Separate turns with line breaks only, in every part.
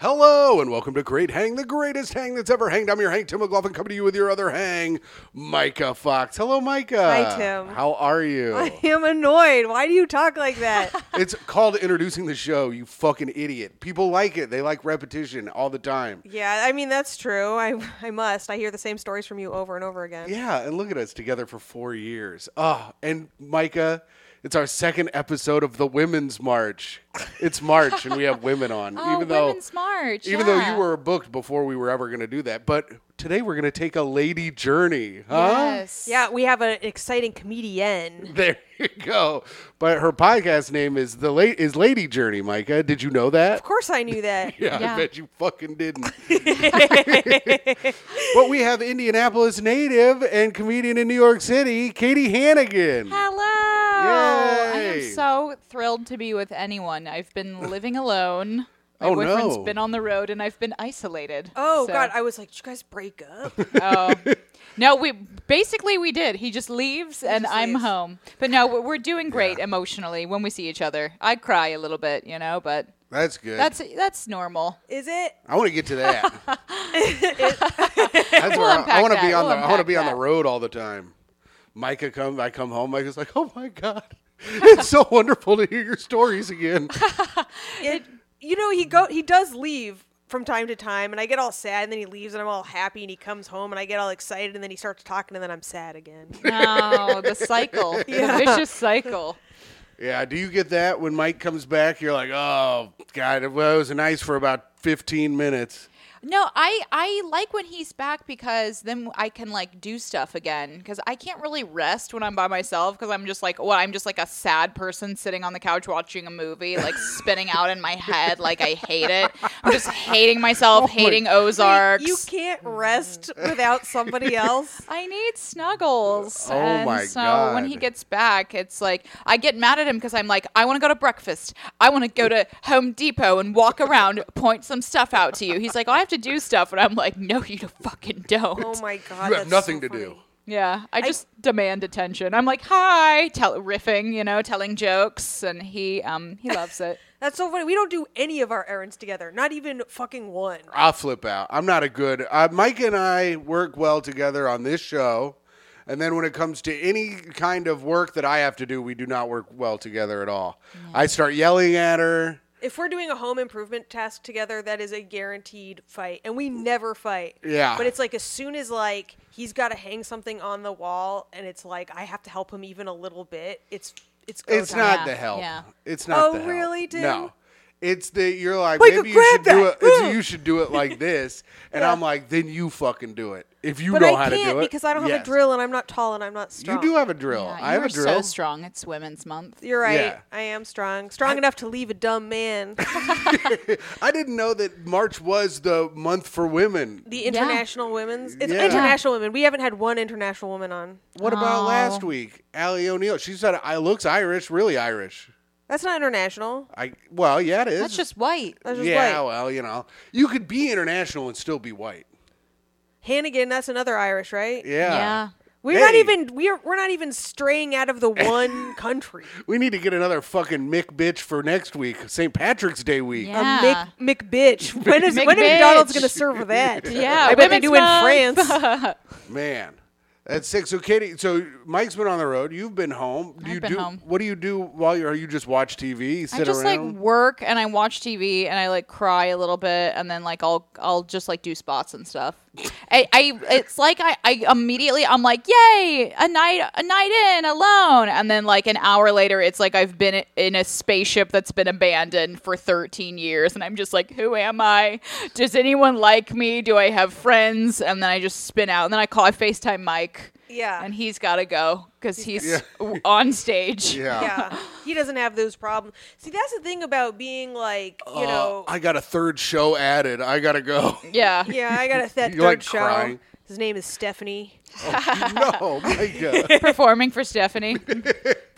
Hello and welcome to Great Hang, the greatest hang that's ever hanged. I'm your hang, Tim McLaughlin, coming to you with your other hang, Micah Fox. Hello, Micah.
Hi, Tim.
How are you?
I am annoyed. Why do you talk like that?
it's called introducing the show, you fucking idiot. People like it. They like repetition all the time.
yeah, I mean that's true. I I must. I hear the same stories from you over and over again.
Yeah, and look at us together for four years. Oh, and Micah, it's our second episode of the Women's March. It's March, and we have women on.
Oh,
even though,
Women's March,
Even though you
yeah.
were booked before we were ever going to do that. But today we're going to take a lady journey, huh?
Yes.
Yeah, we have an exciting comedian.
There you go. But her podcast name is the late is Lady Journey, Micah. Did you know that?
Of course, I knew that.
Yeah, I
Yeah.
bet you fucking didn't. but we have Indianapolis native and comedian in New York City, Katie Hannigan.
Hello. I
Yay.
am so thrilled to be with anyone. I've been living alone. My
Oh,
boyfriend's
no.
been on the road and I've been isolated.
Oh
So-
God, I was like, "Did you guys break up?
oh. No, we basically we did. He just leaves and
just
I'm
leaves.
home. But no, we're- we're doing great emotionally when we see each other. I cry a little bit, you know, but
That's good.
that's that's normal.
Is it?"
I want to get to that. That's where I,
unpack
want to be
that.
on the
We'll
I want to
unpack
be on the
that.
road all the time. Micah come I come home. Micah's like, oh my god, it's so wonderful to hear your stories again.
It. You know, he go. He does leave from time to time, and I get all sad, and then he leaves, and I'm all happy, and he comes home, and I get all excited, and then he starts talking, and then I'm sad again.
No, Oh, the cycle. The vicious cycle.
yeah, do you get that when Mike comes back? You're like, oh god, it was nice for about 15 minutes.
No, I I like when he's back because then I can like do stuff again because I can't really rest when I'm by myself because I'm just like well I'm just like a sad person sitting on the couch watching a movie like spinning out in my head like I hate it I'm just hating myself hating Ozarks
Oh You can't
Mm.
rest without somebody else.
I need snuggles.
Oh
and
my
so when he
God.
gets back, it's like I get mad at him because I'm like, I want to go to breakfast. I want to go to Home Depot and walk around, point some stuff out to you. He's like, oh, I have to do stuff, and I'm like, no, you fucking don't.
Oh my God,
You have
that's
nothing to
so
do.
funny.
Yeah, I just demand attention. I'm like, hi, tell riffing, you know, telling jokes, and he um he loves it.
That's so funny. We don't do any of our errands together. Not even fucking one.
I'll flip out. I'm not a good. Uh, Mike and I work well together on this show. And then when it comes to any kind of work that I have to do, we do not work well together at all. I start yelling at her.
If we're doing a home improvement task together, that is a guaranteed fight, and we never fight.
Yeah.
But it's like as soon as like he's got to hang something on the wall, and it's like I have to help him even a little bit. It's it's go
It's
time.
not
Yeah,
the help.
yeah.
It's not
Oh,
the help.
really, Tim?
No. It's the you're like
Micah,
maybe you should
grab
do it.
that.
It's,
Ugh.
you should do it like this, and I'm like, then you fucking do it if you
But
know
I
how to
can't
do it.
because I don't have
Yes.
a drill, and I'm not tall, and I'm not strong.
You do have a drill.
Yeah,
Oh, I have
you
a
are
drill.
so strong. It's Women's Month.
You're right.
Yeah.
I am strong. Strong enough to leave a dumb man.
I didn't know that March was the month for women.
The international women's. It's
Yeah.
international women. We haven't had one international woman on.
What about
Oh.
last week? Allie O'Neill. She said I looks Irish, really Irish.
That's not international.
I well, yeah, it is.
That's just white.
That's just
yeah.
white.
Well, you know, you could be international and still be white.
Hannigan. That's another Irish, right?
Yeah.
Yeah.
We're not
Hey.
even we're we're not even straying out of the one country.
We need to get another fucking Mick bitch for next week, St. Patrick's Day week.
Yeah.
A Mc, McBitch. When is when
McBitch.
McDonald's going to serve that?
Yeah,
I bet they
Women's
do in
Month.
France.
Man, that's sick. So Katie, so Mike's been on the road. You've been home. Do
I've
you
been
do
home.
what do you do while you're? You just watch TV, sit
I just
around.
like work and I watch TV and I like cry a little bit and then like I'll I'll just like do spots and stuff. I, I it's like I, I immediately I'm like yay a night a night in alone and then like an hour later it's like I've been in a spaceship that's been abandoned for 13 years and I'm just like who am I? Does anyone like me? Do I have friends? And then I just spin out and then I call I Facetime Mike.
Yeah.
and he's got to go because he's w- on stage.
yeah.
Yeah. He doesn't have those problems. See, that's the thing about being like, you
Uh,
know,
I got a third show added. I gotta go.
Yeah.
yeah, I got a that
You like
third show.
crying.
His name is Stephanie.
no, Micah.
performing for Stephanie.
But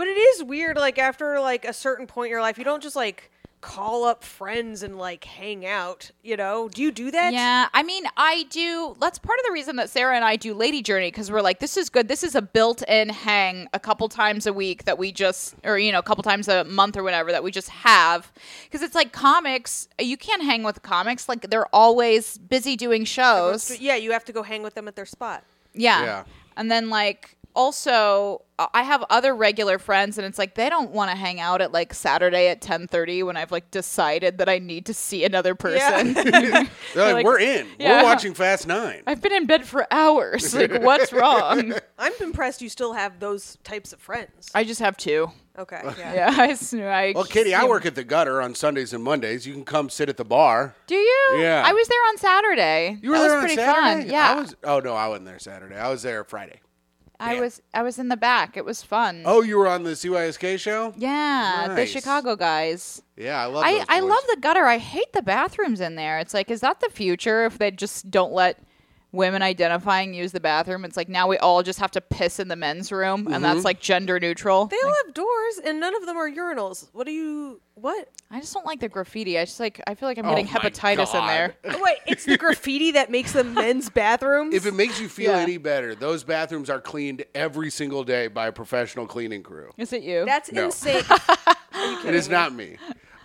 it is weird like after like a certain point in your life, you don't just like call up friends and like hang out. You know, do you do that?
Yeah, I mean, I do. That's part of the reason that Sarah and I do Lady Journey because we're like, this is good. This is a built-in hang a couple times a week that we just, or you know, a couple times a month or whatever that we just have because it's like comics. You can't hang with comics; like they're always busy doing shows.
Yeah, you have to go hang with them at their spot.
Yeah.
Yeah.
And then like also I I have other regular friends and it's like they don't want to hang out at like Saturday at 10:30 when I've like decided that I need to see another person.
They're like,
like,
we're in.
yeah.
We're watching Fast Nine.
I've been in bed for hours. Like what's wrong?
I'm impressed you still have those types of friends.
I just have two.
Okay. Yeah.
Yeah, I, s- I
Well, Katie, I work at the gutter on Sundays and Mondays. You can come sit at the bar.
Do you?
Yeah.
I was there on Saturday.
You were
that
there
was
on
pretty
Saturday.
fun. Yeah.
I was, oh no, I wasn't there Saturday. I was there Friday.
I
Yeah.
was I was in the back. It was fun.
Oh, you were on the CYSK show.
Yeah, the
Nice.
Chicago guys.
Yeah, I love.
I,
those
I
boys.
love the gutter. I hate the bathrooms in there. It's like, is that the future if they just don't let women identifying use the bathroom? It's like now we all just have to piss in the men's room, and
Mm-hmm.
that's like gender neutral.
They all have doors, and none of them are urinals. What do you? What?
I just don't like the graffiti. I just like I feel like I'm
Oh
getting
my
hepatitis in there.
God.
Oh, Wait, it's the graffiti that makes the men's bathrooms.
If it makes you feel
Yeah.
any better, those bathrooms are cleaned every single day by a professional cleaning crew.
Is it you?
That's
No.
insane.
It is not me.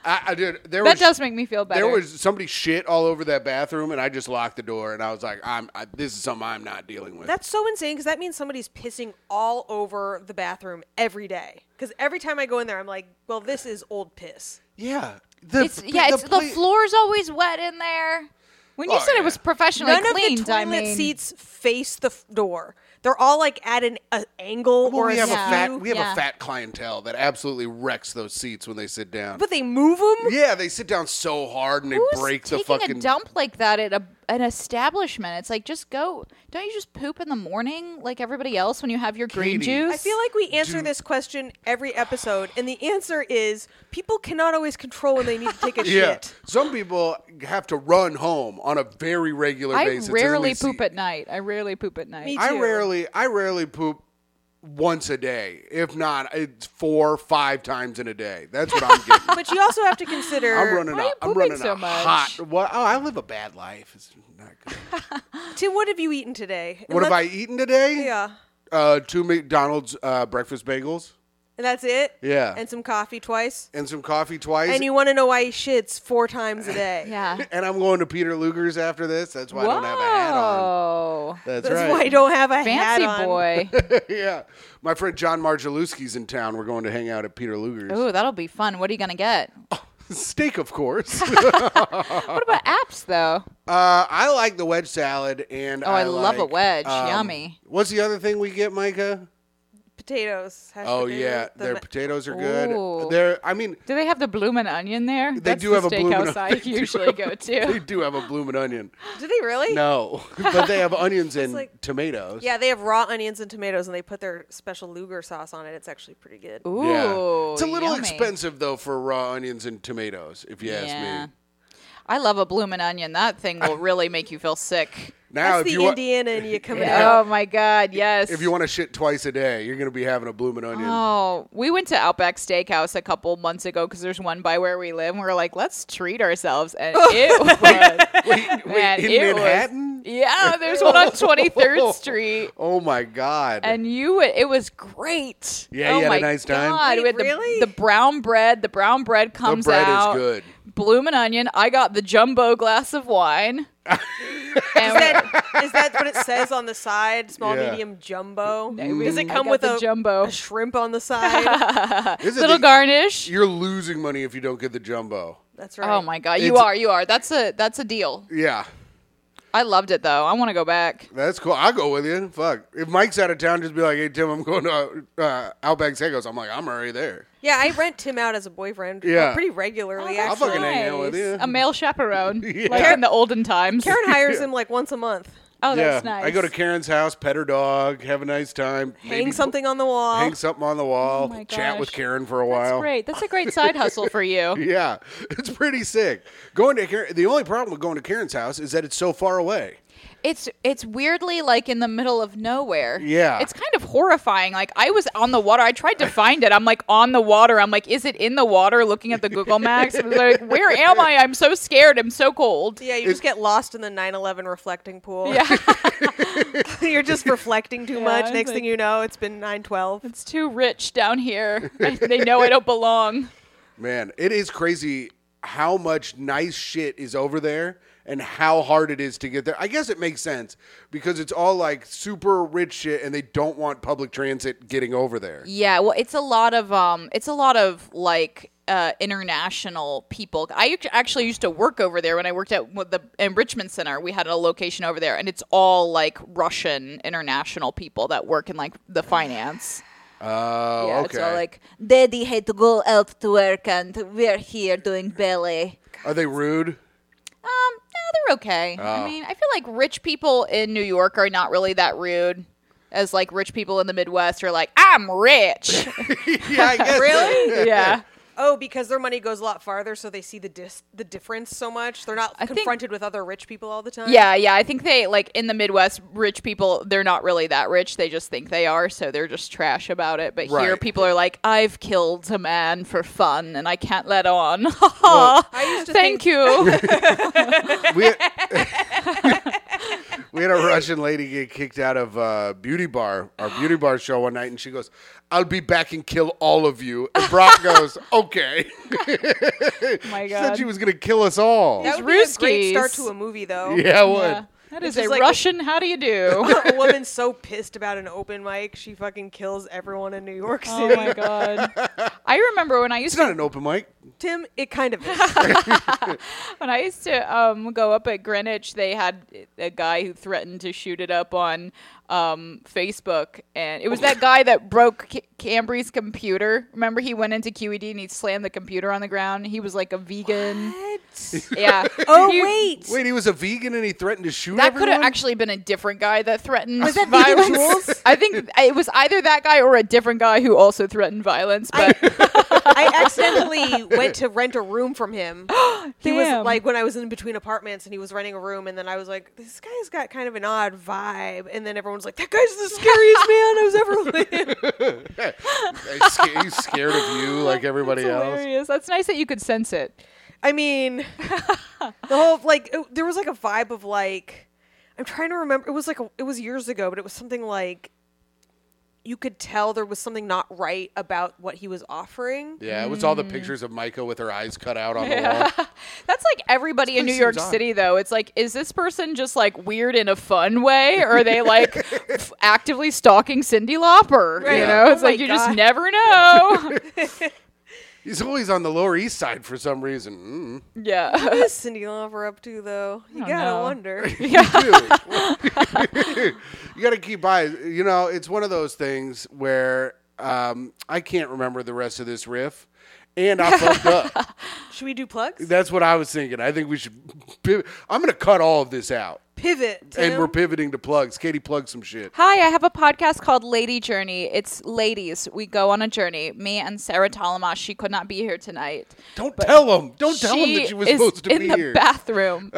I, I did. There
that
was
does make me feel better.
there was somebody shit all over that bathroom, and I just locked the door, and I was like, "I'm I, this is something I'm not dealing with."
That's so insane because that means somebody's pissing all over the bathroom every day. Because every time I go in there, I'm like, well, this is old piss.
yeah, the,
it's yeah, it's the
pla-
floor's always wet in there. When you
Oh,
said
yeah.
it was professionally
None
cleaned,
of the toilet
I mean,
seats face the f- door. They're all like at an a angle
Well,
or
we
a
have
Yeah.
a
skew.
fat we have
Yeah.
a fat clientele that absolutely wrecks those seats when they sit down.
but they move them.
yeah, they sit down so hard and they
Who's
break the
taking
fucking.
a dump like that at a, an establishment? It's like just go. Don't you just poop in the morning like everybody else when you have your green
Katie.
juice?
I feel like we answer this question every episode, and the answer is people cannot always control when they need to take a
Yeah,
shit.
some people have to run home on a very regular
I
basis. and we
rarely
see-
poop at night. I rarely poop at night.
Me
I
too.
rarely, I rarely poop once a day. If not, it's four, five times in a day. That's what I'm getting.
But you also have to consider
I'm running.
Why are
A,
you
I'm
pooping
running
so
a
much?
hot. Well, oh, I live a bad life. It's not good.
Tim, what have you eaten today? And
what have I
let's-
eaten today?
Yeah.
Uh, two McDonald's uh, breakfast bagels
And that's it?
Yeah.
And some coffee twice?
and some coffee twice.
And you want to know why he shits four times a day?
Yeah.
And I'm going to Peter Luger's after this. That's why I don't have a hat on.
Whoa.
That's,
That's
right.
why I don't have a hat
Fancy
on.
boy.
yeah. My friend John Marjalewski's in town. We're going to hang out at Peter Luger's.
Ooh, that'll be fun. What are you gonna get?
Steak, of course.
What about apps though?
Uh, I like the wedge salad, and
Oh, I love a
like, um,
wedge. Yummy.
What's the other thing we get, Micah?
Potatoes. hashed
Oh
potatoes,
yeah,
the
their
ma-
potatoes are good.
Ooh.
They're, I mean,
Do they have the bloomin' onion there? They That's
do
the
have a Bloomin'
steakhouse I
Onion. They do
usually
have
go
they
to.
do have a blooming onion.
Do they really?
No, but they have onions and
like-
tomatoes.
Yeah, they have raw onions and tomatoes, and they put their special Luger sauce on it. It's actually pretty good.
Ooh,
Yeah. it's a little
yummy.
expensive though for raw onions and tomatoes, if you ask me.
I love a bloomin' onion. That thing will really make you feel sick.
Now,
That's
if
the
you want,
Indiana and you coming out.
Oh my god, yes.
if you want to shit twice a day, you're gonna be having a blooming onion.
Oh, we went to Outback Steakhouse a couple months ago because there's one by where we live. And we are like, let's treat ourselves, and it was,
wait, wait,
man,
in
it was-
Manhattan?
yeah. There's one on 23rd Street,
Oh my god!
and you, would- it was great.
Yeah,
oh
you had a
my
nice time?
God,
Wait,
with
really?
the, the brown bread, the brown bread
the
comes
bread
out.
is good.
Bloomin' onion. I got the jumbo glass of wine. and
Is that, is that what it says on the side? Small,
Yeah. Mm.
medium, jumbo.
we-
Does it
I
come
got
with
the
a
jumbo.
a shrimp on the side?
Here's the
little
thing,
garnish.
You're losing money if you don't get the jumbo.
That's right.
Oh my god, you
It's-
are, you are. That's a that's a deal.
Yeah.
I loved it though. I want to go back.
That's cool. I'll go with you. Fuck. If Mike's out of town, just be like, "Hey Tim, I'm going to uh, Outback Steakhouse." I'm like, "I'm already there."
Yeah, I rent Tim out as a boyfriend. uh,
Yeah.
pretty
Oh,
regularly.
I'll
actually,
fucking hang out with you.
A male chaperone,
Yeah.
like in the olden times.
Karen hires him like once a month.
oh, that's
yeah.
nice.
I go to Karen's house, pet her dog, have a nice time,
Hang
maybe
something on the wall.
hang something on the wall,
Oh my
chat
gosh.
with Karen for a
That's
while.
great. That's a great side hustle for you.
Yeah, it's pretty sick. Going to Karen, the only problem with going to Karen's house is that it's so far away.
It's it's weirdly like in the middle of nowhere.
Yeah.
It's kind of horrifying. Like I was on the water. I tried to find it. I'm like on the water. I'm like, is it in the water? Looking at the Google Maps. I was like, where am I? I'm so scared. I'm so cold.
Yeah, you just get lost in the 9/11 reflecting pool.
Yeah.
You're just reflecting too
Yeah,
much.
it's
Next
like-
thing you know, it's been 9/12.
It's too rich down here. I- they know I don't belong.
Man, it is crazy how much nice shit is over there and how hard it is to get there. I guess it makes sense because it's all like super rich shit and they don't want public transit getting over there.
Yeah, well, it's a lot of um, it's a lot of like uh, international people. I act- actually used to work over there when I worked at what the enrichment center. We had a location over there, and it's all like Russian international people that work in like the finance.
Oh,
yeah, it's
okay.
all like daddy had to go out to work, and we're here doing ballet.
Are they rude?
Um, no, they're okay.
Ah.
I mean, I feel like rich people in New York are not really that rude. As like rich people in the Midwest are like, I'm rich.
yeah, I guess.
really? yeah.
Oh, because their money goes a lot farther, so they see the dis- the difference so much. They're not
I think-
confronted with other rich people all the time.
Yeah, yeah. I think they like in the Midwest, rich people they're not really that rich. They just think they are, so they're just trash about it. But here,
Right.
people are like, I've killed a man for fun, and I can't let on.
I used to
Thank
think-
you.
we we had a Russian lady get kicked out of uh, beauty bar, our beauty bar show one night, and she goes, "I'll be back and kill all of you." And Brock goes, "Okay."
Oh my
she said she was gonna kill us all.
That
These
would be a great
Ruskies.
start to a movie, though.
yeah, I would.
That is
Which
a
is like-
Russian. How do you do?
a woman so pissed about an open mic, she fucking kills everyone in New York City.
oh my god. I remember when I used
It's
to
not an open mic.
Tim, it kind of is.
When I used to um, go up at Greenwich, they had a guy who threatened to shoot it up on um, Facebook, and it was that guy that broke C- Cambry's computer. Remember, he went into QED and he slammed the computer on the ground. He was like a vegan. Yeah.
oh
He-
wait,
Wait, he was a vegan and he threatened to shoot
That could
everyone.
have actually been a different guy that threatened
Was that vegan
violence.
Jules?
I think it was either that guy or a different guy who also threatened violence. But
I accidentally went to rent a room from him. He
Damn.
was like when I was in between apartments, and he was renting a room, and then I was like, "This guy's got kind of an odd vibe," and then everyone's like, "That guy's the scariest man I was ever with."
He's sca- He's scared of you, like everybody else.
hilarious. That's nice that you could sense it.
I mean, the whole like it- there was like a vibe of like I'm trying to remember. It was like a, it was years ago, but it was something like you could tell there was something not right about what he was offering.
Yeah, it was all the pictures of Micah with her eyes cut out on the wall.
That's like everybody in New
This
York
seems odd.
City, though. It's like, is this person just like weird in a fun way, or are they like f- actively stalking Cindy Lauper? You
Right.
know,
Oh
it's like
my
you just
God.
never know.
He's always on the Lower East Side for some reason.
yeah,
What is Cindy Lauper up to though? You
don't
gotta
know.
wonder.
Mm, dude. you got to keep eyes. You know, it's one of those things where um, I can't remember the rest of this riff. And I fucked up.
Should we do plugs?
That's what I was thinking. I think we should. Pivot. I'm going to cut all of this out,
Pivot.
and
Tim.
we're pivoting to plugs. Katie, plug some shit.
Hi, I have a podcast called Lady Journey. It's ladies. We go on a journey. Me and Sarah Talamash. She could not be here tonight.
Don't tell them. Don't tell them
she
that she was
is
supposed to
in
be
the
here.
bathroom.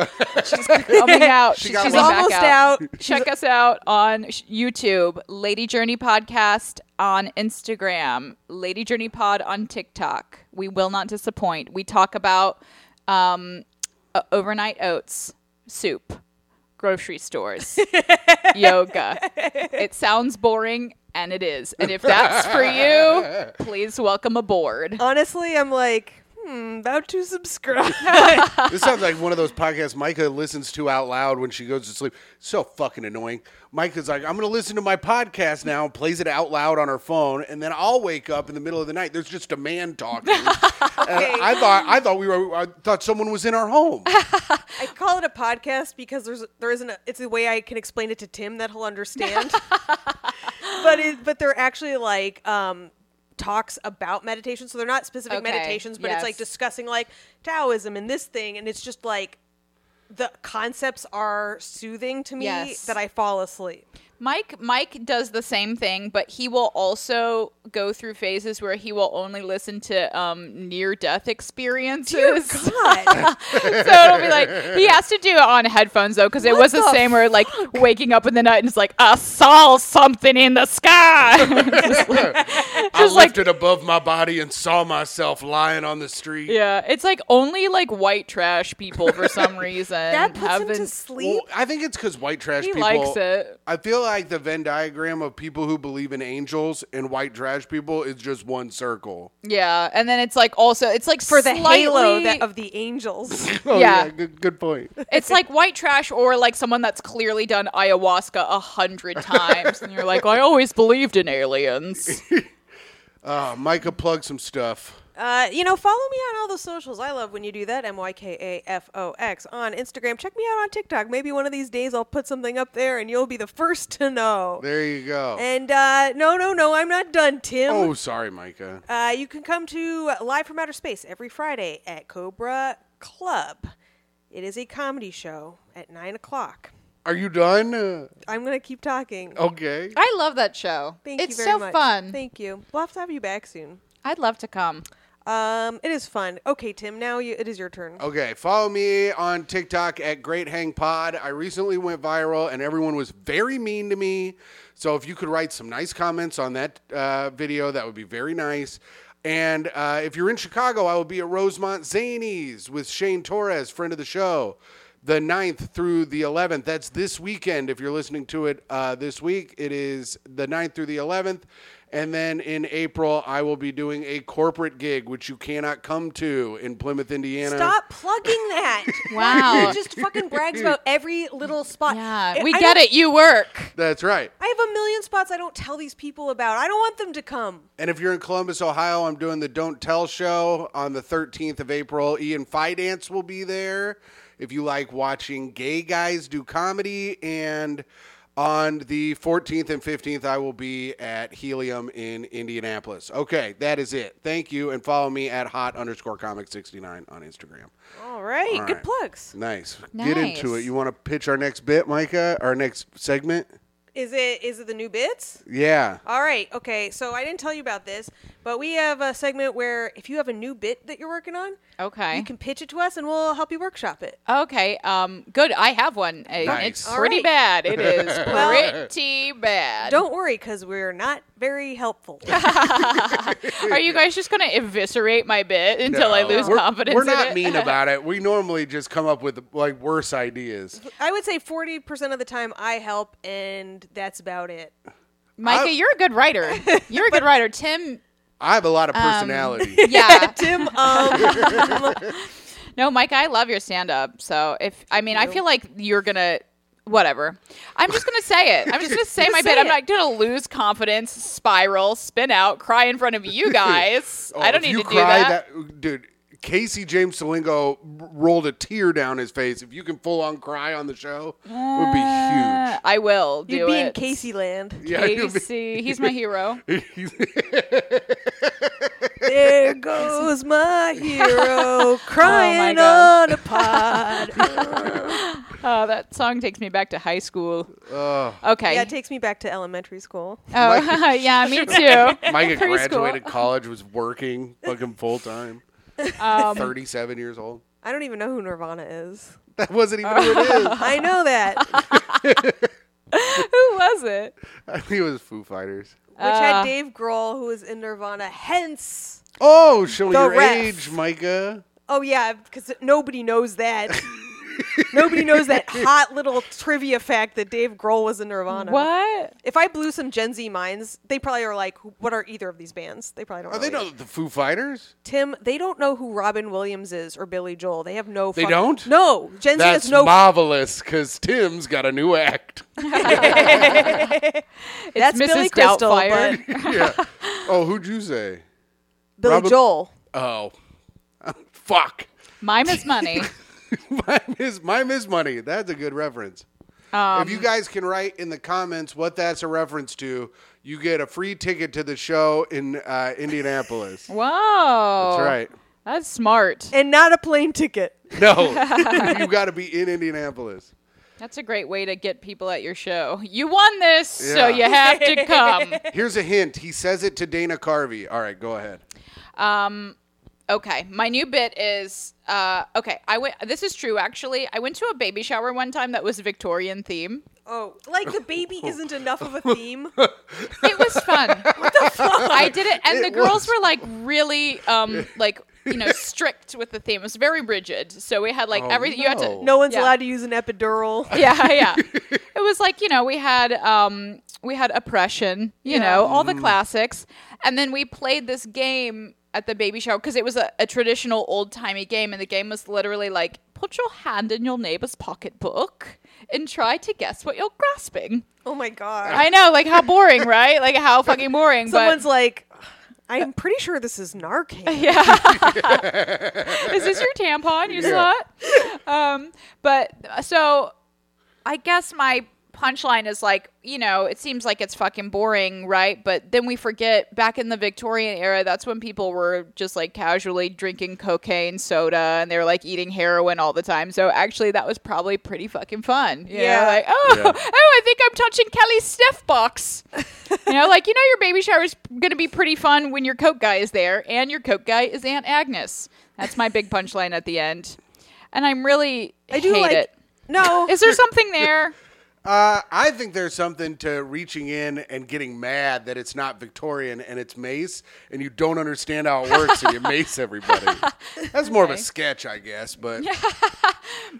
she's coming out.
She
she's
got
coming
one.
back
Almost out.
Check us out on sh- YouTube, Lady Journey Podcast on Instagram, Lady Journey Pod on TikTok. We will not disappoint. We talk about um, uh, overnight oats, soup, grocery stores, yoga. It sounds boring, and it is. And if that's for you, please welcome aboard.
Honestly, I'm like, hmm, about to subscribe.
This sounds like one of those podcasts Micah listens to out loud when she goes to sleep. So fucking annoying. Micah's like, I'm going to listen to my podcast now, and plays it out loud on her phone, and then I'll wake up in the middle of the night. There's just a man talking. And I thought I thought we were I thought someone was in our home.
I call it a podcast because there's there isn't a, it's the way I can explain it to Tim that he'll understand. but it, but they're actually like um talks about meditation. So they're not specific
Okay,
meditations, but it's like
yes.
discussing like Taoism and this thing and it's just like the concepts are soothing to me
Yes.
that I fall asleep.
Mike Mike does the same thing, but he will also go through phases where he will only listen to um, near death experiences. so
God.
it'll be like he has to do it on headphones though, because it
What
was the,
the
same where like waking up in the night and it's like I saw something in the sky. Just like-
I
just like-
lifted above my body and saw myself lying on the street.
yeah, it's like only like white trash people for some reason
that puts
have
him
been-
to
Well,
sleep.
I think it's because white trash
He
people.
likes it.
I feel like the Venn diagram of people who believe in angels and white trash people is just one circle.
Yeah, and then it's like also it's like
for the halo
slightly-
that, of the angels.
Oh,
Yeah. yeah,
good, good point.
It's like white trash or like someone that's clearly done ayahuasca a hundred times, and you're like, I always believed in aliens.
Uh, Micah, plug some stuff.
Uh, you know, follow me on all the socials. I love when you do that. M Y K A F O X on Instagram. Check me out on TikTok. Maybe one of these days I'll put something up there and you'll be the first to know.
There you go.
And uh, no, no, no, I'm not done, Tim.
oh, sorry, Micah.
Uh, you can come to Live from Outer Space every Friday at Cobra Club. It is a comedy show at 9 o'clock.
Are you done? Uh,
I'm going to keep talking.
Oh. Okay.
I love that show.
Thank
it's
you very
so
much.
fun.
Thank you. We'll have to have you back soon.
I'd love to come.
Um, it is fun. Okay, Tim, now you, it is your turn.
Okay, follow me on TikTok at Great Hang Pod. I recently went viral and everyone was very mean to me. So if you could write some nice comments on that uh, video, that would be very nice. And uh, if you're in Chicago, I will be at Rosemont Zanies with Shane Torres, friend of the show, the 9th through the 11th. That's this weekend. If you're listening to it uh, this week, it is the 9th through the 11th. And then in April, I will be doing a corporate gig, which you cannot come to in Plymouth, Indiana.
Stop plugging that.
Wow.
He just fucking brags about every little spot.
Yeah,
Uh, I-
we
I
get
don't-
it. You work.
That's right.
I have a million spots I don't tell these people about. I don't want them to come.
And if you're in Columbus, Ohio, I'm doing the Don't Tell show on the 13th of April. Ian Fidance will be there. If you like watching gay guys do comedy, and on the 14th and 15th, I will be at Helium in Indianapolis. Okay, that is it. Thank you, and follow me at hot underscore comic 69 on Instagram.
All right.
All
good
right.
plugs.
Nice. Get into
Nice.
it. You want to pitch our next bit, Micah? Our next segment?
Is it is it the new bits?
Yeah.
All right. Okay. So I didn't tell you about this, but we have a segment where if you have a new bit that you're working on,
Okay.
you can pitch it to us and we'll help you workshop it.
Okay. Um. Good. I have one. and
Nice.
It's
All
pretty
right.
bad. It is
Well-
pretty bad.
Don't worry because we're not very helpful.
Are you guys just gonna eviscerate my bit until I
No.
lose
We're-
confidence?
We're
in
not
it?
mean about it. We normally just come up with like worse ideas.
I would say 40% of the time I help and that's about it.
Micah,
I-
you're a good writer. You're a good writer. Tim.
I have a lot of
Um,
personality.
Yeah.
Tim, um,
No, Mike, I love your stand up. So if I mean, I feel like you're gonna whatever. I'm just gonna say it. I'm just gonna say my
say
bit. I'm
it.
not gonna lose confidence, spiral, spin out, cry in front of you guys.
Oh,
I don't
if
need
you
to do
cry,
that.
Dude, Casey James Salingo r- rolled a tear down his face. If you can full on cry on the show, it would be
Uh, I will do
you'd be
it.
in Casey land.
Yeah, you'll be-
Casey, he's my hero.
huge.
There goes my hero crying
Oh God.
on a pod.
Oh, that song takes me back to high school.
Ugh.
Okay.
Yeah, it takes me back to elementary school.
oh, yeah, me too.
Micah
Pretty school.
graduated college, was working fucking full time,
Um,
37 years old.
I don't even know who Nirvana is.
That wasn't even who it is.
I know that. Which
who was it?
I think it was Foo Fighters.
had
Uh.
Dave Grohl, who was in Nirvana. Hence,
Oh, show
The
your
ref.
age, Micah.
oh yeah, because nobody knows that. nobody knows that hot little trivia fact that Dave Grohl was in Nirvana.
What?
If I blew some Gen Z minds, they probably are like, "Who- "What are either of these bands?" They probably don't.
Are
know
they
either.
not the Foo Fighters?
Tim, they don't know who Robin Williams is or Billy Joel. They have no.
They
fuck-
don't?
No, Gen Z
That's
has no.
marvelous because Tim's got a new act.
that's
Mrs.
Billy Crystal,
Doubtfire.
but
yeah. Oh, who'd you say?
Billy
Robin-
Joel.
Oh, fuck.
Mime is money.
Mime is mime is money. That's a good reference. if
Um,
you guys can write in the comments what that's a reference to, you get a free ticket to the show in uh, Indianapolis.
Whoa.
Oh.
That's right.
That's smart.
and not a plane ticket.
No, you got to be in Indianapolis.
That's a great way to get people at your show. You won this,
Yeah.
so you have to come.
Here's a hint. He says it to Dana Carvey. All right, go ahead.
Um, okay, my new bit is uh, okay. I went. This is true, actually. I went to a baby shower one time that was Victorian theme.
Oh, like the baby isn't enough of a theme.
It was fun. what the fuck? I did it, and the girls were like really, um, like you know, strict with the theme. It was very rigid. So we had like
Oh,
everything. You had to
no.
No one's
Yeah.
allowed to use an epidural.
yeah yeah it was like you know we had um we had oppression you
Yeah.
know all the classics and then we played this game at the baby shower because it was a, a traditional old-timey game and the game was literally like put your hand in your neighbor's pocketbook and try to guess what you're grasping
Oh my god.
i know like how boring right like how fucking boring
Someone's
but
like, I'm pretty sure this is Narcan.
is this your tampon you
Yeah.
slut um but so I guess my punchline is like, you know, it seems like it's fucking boring, right? But then we forget back in the Victorian era, that's when people were just like casually drinking cocaine, soda, and they were like eating heroin all the time. So actually, that was probably pretty fucking fun. You yeah.
Yeah.
Know? Like, oh,
Yeah.
oh, I think I'm touching Kelly's sniff box. you know, like, you know, your baby shower is going to be pretty fun when your Coke guy is there, and your Coke guy is Aunt Agnes. That's my big punchline at the end. And I'm really,
I do
hate
like.
it.
No,
Is there something there?
Uh, I think there's something to reaching in and getting mad that it's not Victorian and it's mace, and you don't understand how it works, and you mace everybody. That's more of a
Okay.
sketch, I guess, but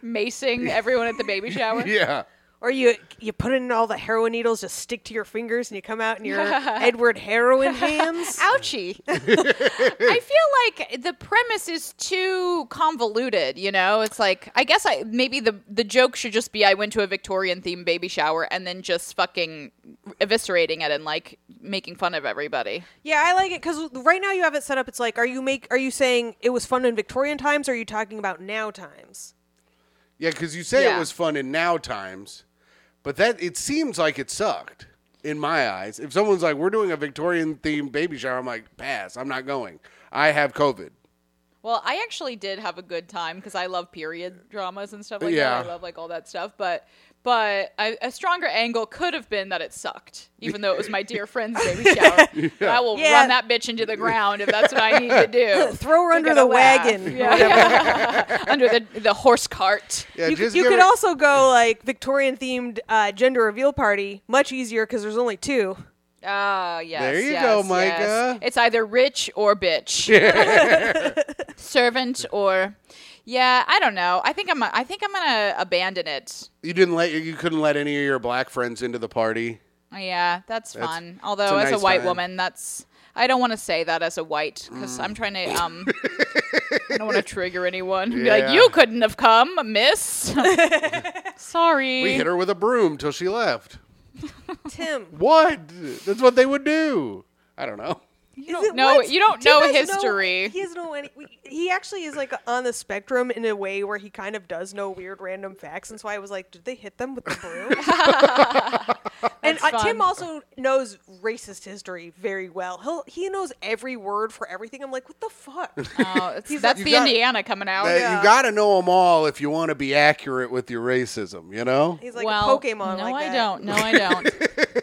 macing everyone at the baby shower.
yeah.
or you you put in all the heroin needles, just stick to your fingers, and you come out in your Edward heroin hands.
Ouchie. I feel like the premise is too convoluted, you know? It's like I guess I maybe the the joke should just be I went to a Victorian themed baby shower and then just fucking eviscerating it and like making fun of everybody.
Yeah, I like it because right now you have it set up. It's like, are you make? Are you saying it was fun in Victorian times? or Are you talking about now times?
Yeah, because you say it
Yeah.
was fun in now times, but that it seems like it sucked in my eyes. If someone's like, "We're doing a Victorian themed baby shower," I'm like, "Pass, I'm not going. I have COVID."
Well, I actually did have a good time because I love period dramas and stuff like
Yeah.
that. I love like all that stuff, but but I, a stronger angle could have been that it sucked, even though it was my dear friend's baby shower. I will
Yeah.
run that bitch into the ground if that's what I need to do.
Throw her
They're
under
gonna
the
laugh.
wagon.
Yeah. under the the horse cart.
Yeah,
you
just
you
give
could
her-
also go like Victorian themed uh, gender reveal party, much easier because there's only two.
Ah, yes.
There you
yes,
go,
yes.
Micah.
It's either rich or bitch. Servant or Yeah, I don't know. I think I'm I think I'm going to abandon it.
you didn't let you couldn't let any of your black friends into the party.
Yeah, that's, fun. Although
it's a
as
nice
a white
time.
woman, that's I don't want to say that as a white because I'm trying to um. I don't want to trigger anyone. Be
Yeah.
like, you couldn't have come, miss. Sorry.
We hit her with a broom till she left.
Tim,
What? That's what they would do. I don't know.
you
don't know- you don't know history.
he has no any. we- He actually is like on the spectrum in a way where he kind of does know weird random facts, and so I was like, did they hit them with the broom? and uh, Tim
fun.
also knows racist history very well. He'll he knows every word for everything. I'm like, what the fuck?
Oh, it's- that's
you
the
got-
Indiana coming out.
That-
yeah.
You got to know them all if you want to be accurate with your racism. You know.
He's like
well,
a Pokemon.
No,
like
I
that.
don't. No, I don't.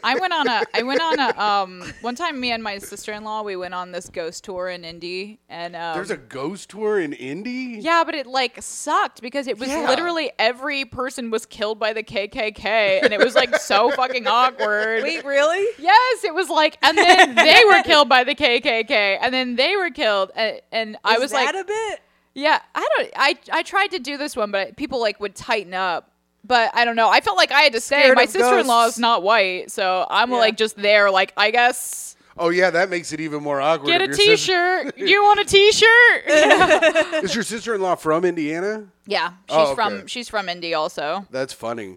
I went on a. I went on a. Um, one time, me and my sister-in-law, we went on this ghost tour in Indy, and um,
There's a ghost tour in Indy.
Yeah, but it like sucked because it was
Yeah.
literally every person was killed by the KKK, and it was like so fucking awkward.
Wait, really?
Yes, it was like, and then they were killed by the KKK, and then they were killed, and, and I
Is
was
that
like,
a bit.
yeah, I don't, I I tried to do this one, but people like would tighten up. But I don't know. I felt like I had to stay.
Scared
My
of
sister in law is
ghosts.
not white, so I'm
Yeah.
like just there. Like I guess
Oh yeah, that makes it even more awkward.
get
if
a
your sis-
T-shirt. Do you want a T-shirt?
Is your sister-in-law from Indiana?
yeah, she's
Oh, okay.
from she's from Indy also.
That's funny.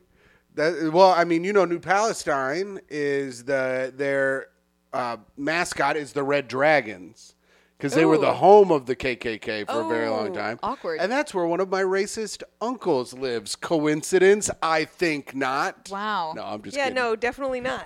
That well, I mean, you know, New Palestine is the their uh, mascot is the Red Dragons because they were the
Ooh.
home of the KKK for a very long
Oh,
time.
awkward.
And that's where one of my racist uncles lives. Coincidence? I think not.
Wow.
No, I'm just
Yeah,
kidding.
no, definitely not.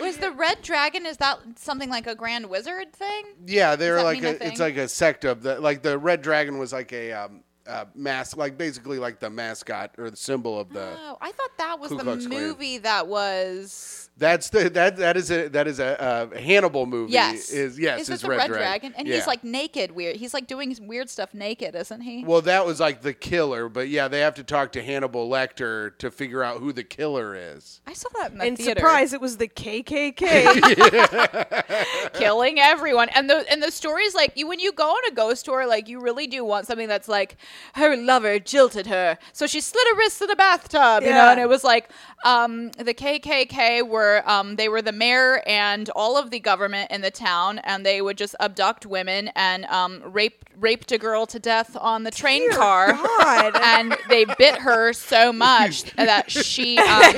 Was the red dragon? Is that something like a grand wizard thing?
Yeah, they're
that
like
mean a
a, it's
thing?
like a sect of the like the Red Dragon was like a um, uh, mask, like basically like the mascot or the symbol of the.
Oh, I thought that was
Ku
the
Klux Klan.
movie that was.
That's the that that is a that is a, uh Hannibal movie.
Yes.
is yes
Is
is,
this the
Red, Dragon,
And
Yeah.
he's like naked, weird. He's like doing weird stuff naked, isn't he?
Well, that was like the killer, but yeah, they have to talk to Hannibal Lecter to figure out who the killer is.
I saw that in the
and
theater.
surprise, it was the KKK.
killing everyone. And the and the stories like you when you go on a ghost story, like you really do want something that's like her lover jilted her, so she slid her wrists in a bathtub, you know.
Yeah.
And it was like um, the KKK were um, they were the mayor and all of the government in the town, and they would just abduct women and um, rape raped a girl to death on the train car.
God.
And they bit her so much that she um,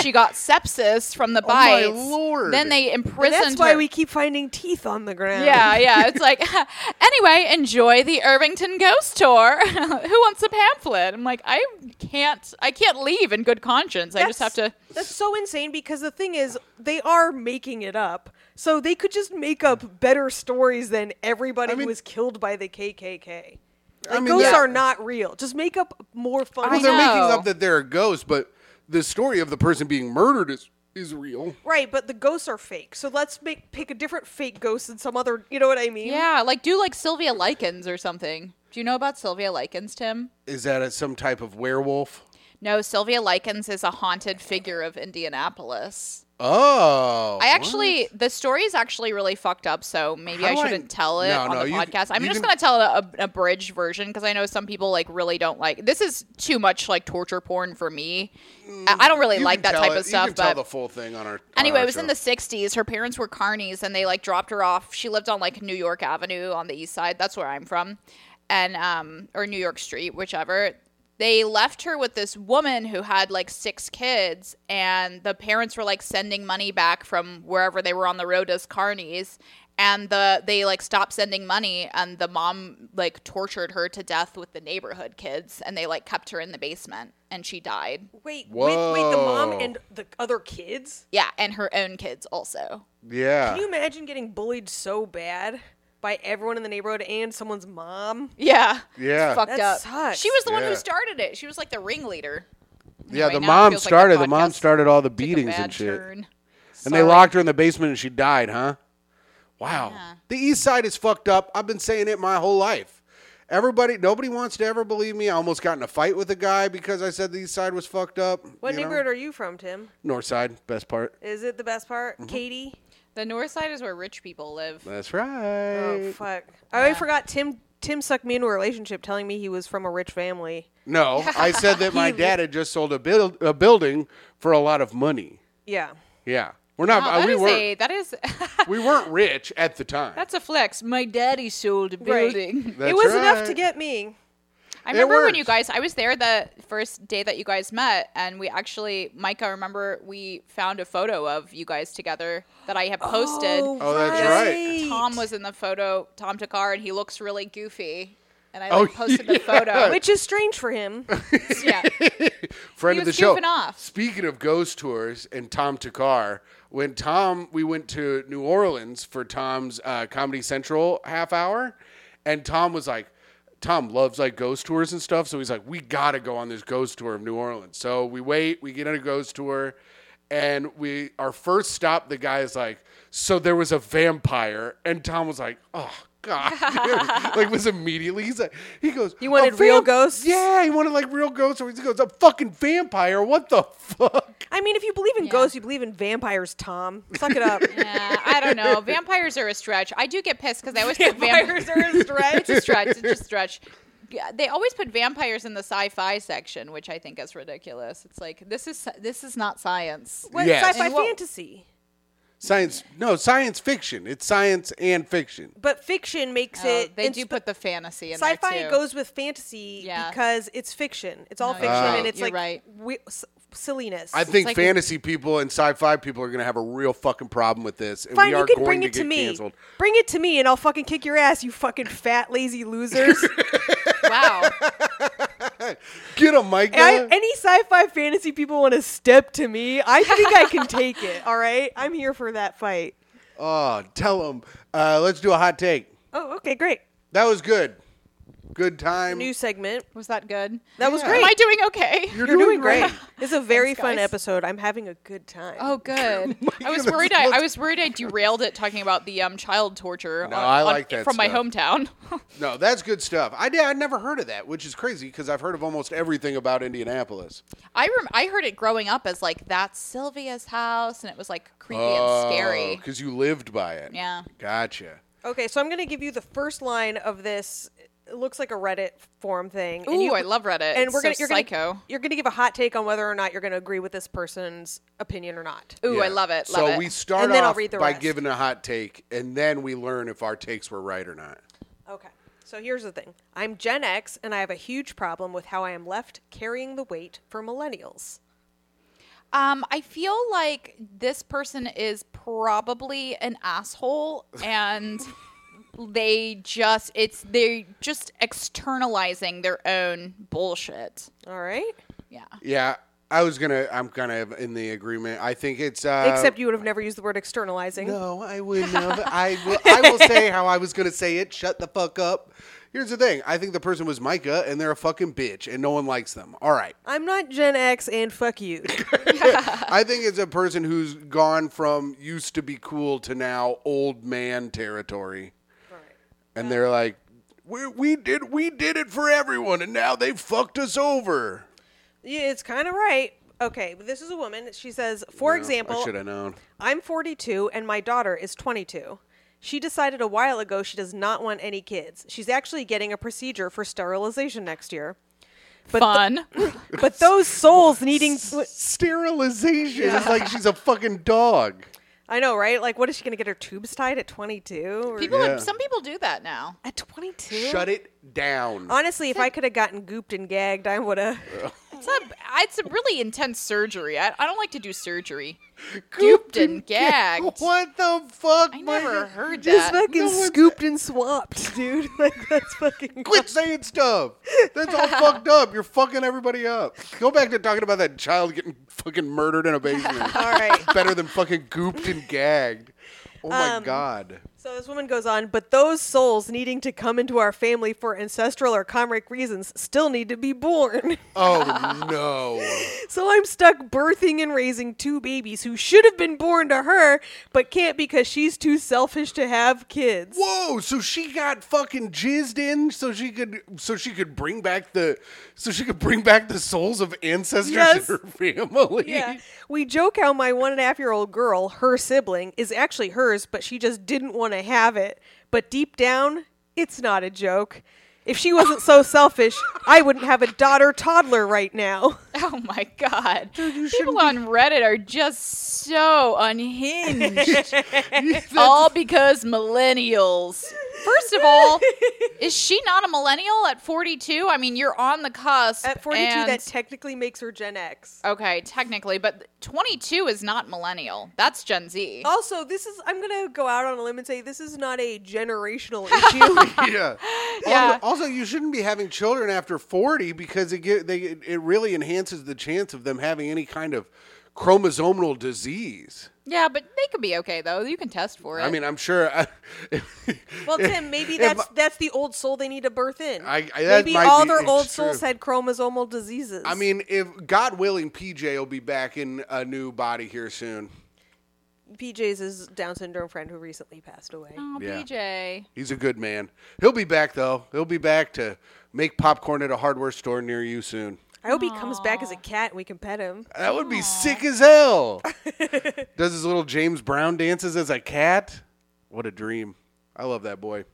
she got sepsis from the
Oh
my
bites.
Lord.
Then they imprisoned.
That's why
her.
we keep finding teeth on the ground.
Yeah, yeah. It's like, anyway, enjoy the Irvington Ghost Tour. Who wants a pamphlet? I'm like, I can't, I can't leave in good conscience. I just have
That's-
to.
That's so insane because the thing is, they are making it up. So they could just make up better stories than everybody
I mean-
who was killed by the KKK.
I
Like,
mean,
ghosts
that-
are not real. Just make up more fun.
I
Well, they're
know.
making up that they're a ghost, but the story of the person being murdered is is real.
Right, but the ghosts are fake. So let's make pick a different fake ghost than some other. You know what I mean?
Yeah, like do like Sylvia Likens or something. Do you know about Sylvia Likens, Tim?
Is that a, some type of werewolf?
No, Sylvia Likens is a haunted figure of Indianapolis.
Oh,
I actually, the story is actually really fucked up, so maybe
How
I
do I-
shouldn't tell it
No,
on
no,
the
you-
podcast. I'm
you
just
can-
gonna tell a, a abridged version because I know some people like really don't like. This is too much like torture porn for me. I I don't really
Mm, You
like
can
that
tell
type
it-
of stuff.
You can
but
tell the full thing on our. on
anyway,
our
it was in
show.
the 60s. Her parents were carnies and they like dropped her off. She lived on like New York Avenue on the east side. That's where I'm from. And um or New York Street, whichever. They left her with this woman who had like six kids and the parents were like sending money back from wherever they were on the road as carnies and the they like stopped sending money and the mom like tortured her to death with the neighborhood kids and they like kept her in the basement and she died.
Wait, wait, wait. The
Whoa.
mom and the other kids.
Yeah, and her own kids also.
Yeah.
Can you imagine getting bullied so bad by everyone in the neighborhood and someone's mom?
Yeah.
Yeah.
It's fucked
That
up.
sucks.
She was the one
Yeah.
who started it. She was like the ringleader.
yeah, the
Anyway, now it
mom
feels like
started. the mom
podcast
started all the
took a
beatings
bad
and shit.
turn.
And they
Sorry.
locked her in the basement and she died, huh? Wow.
Yeah.
The East Side is fucked up. I've been saying it my whole life. Everybody, nobody wants to ever believe me. I almost got in a fight with a guy because I said the East Side was fucked up.
What
you know?
neighborhood are you from, Tim?
North Side, best part.
Is it the best part,
Mm-hmm.
Katie?
The north side is where rich people live.
That's right.
Oh fuck! I already forgot. Tim Tim sucked me into a relationship, telling me he was from a rich family.
no, I said that my
He-
dad had just sold a, build, a building for a lot of money.
Yeah.
Yeah. We're not,
Wow, Oh, that
we,
is
weren't,
a that is
we weren't rich at the time.
that's a flex. My daddy sold a building.
That's
it was
right.
enough to get me.
I remember when
worked.
you guys I was there the first day that you guys met and we actually Micah remember we found a photo of you guys together that I have posted.
Oh, that's right.
Tom was in the photo, Tom Takar, and he looks really goofy. And I
Oh,
like, posted the
yeah.
photo.
Which is strange for him.
yeah.
friend
He
of the
was
show.
goofing off.
Speaking of ghost tours and Tom Takar, when Tom we went to New Orleans for Tom's uh, Comedy Central half hour, and Tom was like, Tom loves like ghost tours and stuff, so he's like, we gotta go on this ghost tour of New Orleans. So we wait, we get on a ghost tour, and we our first stop, the guy is like, so there was a vampire, and Tom was like, oh. God, like was immediately he's like he goes. You
wanted real ghosts?
Yeah, yeah, he wanted like real ghost stories. He goes, a fucking vampire. What the fuck?
I mean, if you believe in ghosts, you believe in vampires, Tom. Suck it up.
Yeah, I don't know. Vampires are a stretch. I do get pissed because I always put
vampires
vampires.
are a
it's a
stretch.
stretch. It's a stretch. Yeah, They always put vampires in the sci-fi section, which I think is ridiculous. It's like this is this is not science.
What
Yes.
sci-fi
And what-
fantasy?
Science? No, science fiction. It's science and fiction.
But fiction makes
Oh,
it.
they
it's-
do put the fantasy in there,
Sci-fi
too.
goes with fantasy
Yeah.
because it's fiction. It's all
No,
fiction,
you're
right.
and it's
You're
like
right.
wi- s- silliness.
Ah. I think
like-
fantasy people and sci-fi people are going to have a real fucking problem with this, and
Fine,
we are
you can
going
bring
to
it to
get
me.
canceled.
Bring it to me, and I'll fucking kick your ass, you fucking fat, lazy losers.
Wow.
Get him, Micah.
And I, any sci-fi fantasy people want to step to me, I think I can take it. All right, I'm here for that fight.
oh, tell him. Uh, let's do a hot take.
Oh, okay, great.
That was good. good time.
New segment.
Was that good?
That was
Yeah.
great.
Am I doing okay?
You're,
You're doing great. It's a very
Thanks,
fun
guys.
episode. I'm having a good time.
Oh, good. I was
goodness,
worried. I, I
look.
was worried. I derailed it talking about the um, child torture.
No,
on-
I
on-
like that
from my
stuff.
hometown.
No, that's good stuff. I did. I'd never heard of that, which is crazy because I've heard of almost everything about Indianapolis.
I rem- I heard it growing up as like that's Sylvia's house, and it was like creepy
Oh,
and scary.
Because Uh, you lived by it.
Yeah.
Gotcha.
Okay, so I'm going to give you the first line of this. It looks like a Reddit forum thing.
Ooh, I love Reddit.
And
It's
we're
so
gonna you're
psycho.
gonna you're gonna give a hot take on whether or not you're gonna agree with this person's opinion or not.
Ooh, I
Yeah.
love it. Love
so
it.
we start
And then I'll
off
read the
by
rest.
giving a hot take, and then we learn if our takes were right or not.
Okay. So here's the thing. I'm Gen X, and I have a huge problem with how I am left carrying the weight for millennials.
Um, I feel like this person is probably an asshole and they just it's they're just externalizing their own bullshit.
All right.
Yeah.
Yeah, I was gonna. I'm kind of in the agreement. I think it's uh,
Except you would have never used the word externalizing.
No, I wouldn't have. I will, I will say how I was going to say it. Shut the fuck up. Here's the thing. I think the person was Micah, and they're a fucking bitch, and no one likes them. All right.
I'm not Gen X, and fuck you.
I think it's a person who's gone from used to be cool to now old man territory, and they're like, we, we did we did it for everyone, and now they fucked us over.
yeah, it's kind of right. Okay, but this is a woman. She says, for example,
I should have known.
I'm 42 and my daughter is 22. She decided a while ago she does not want any kids. She's actually getting a procedure for sterilization next year. But th-
Fun.
but those souls needing
Sterilization is like she's a fucking dog.
I know, right? Like what is she going to get her tubes tied at 22?
people
Yeah.
some people do that now.
at 22?
Shut it down.
Uh,
Honestly, if I could have gotten gooped and gagged, I would have.
It's a it's a really intense surgery. I, I don't like to do surgery.
Gooped
Gooped and gagged.
What the fuck?
I
Micah?
never heard
Just
that.
fucking
no one's-
scooped and swapped, dude. Like that's fucking
Quit saying stuff. That's all fucked up. You're fucking everybody up. Go back to talking about that child getting fucking murdered in a basement.
All right.
It's better than fucking gooped and gagged. Oh my
Um,
god.
So this woman goes on, but those souls needing to come into our family for ancestral or karmic reasons still need to be born.
Oh no.
So I'm stuck birthing and raising two babies who should have been born to her, but can't because she's too selfish to have kids.
Whoa, so she got fucking jizzed in so she could so she could bring back the so she could bring back the souls of ancestors
Yes.
in her family.
Yeah. We joke how my one and a half year old girl, her sibling, is actually hers, but she just didn't want to have it. But deep down, it's not a joke. If she wasn't so selfish, I wouldn't have a daughter toddler right now.
Oh my god. people on Reddit are just so unhinged. all because millennials. First of all, is she not a millennial at 42? I mean, you're on the cusp.
At 42,
and-
that technically makes her Gen X.
okay, technically, but 22 is not millennial. That's Gen Z.
Also, this is, I'm going to go out on a limb and say this is not a generational issue.
yeah.
Yeah.
Also, also, you shouldn't be having children after forty because it get, they it really enhances the chance of them having any kind of chromosomal disease.
Yeah, but they could be okay though. You can test for it.
I mean, I'm sure. I,
Well, Tim, maybe
if
that's that's the old soul they need to birth in.
I- I- that
maybe
might
all
be-
their
it's
old
true.
souls had chromosomal diseases.
I mean, if God willing, PJ will be back in a new body here soon.
PJ's is Down syndrome friend who recently passed away.
oh,
Yeah.
PJ.
He's a good man. He'll be back though. He'll be back to make popcorn at a hardware store near you soon.
I hope he comes back as a cat and we can pet him.
That would be sick as hell. Does his little James Brown dances as a cat? What a dream. I love that boy.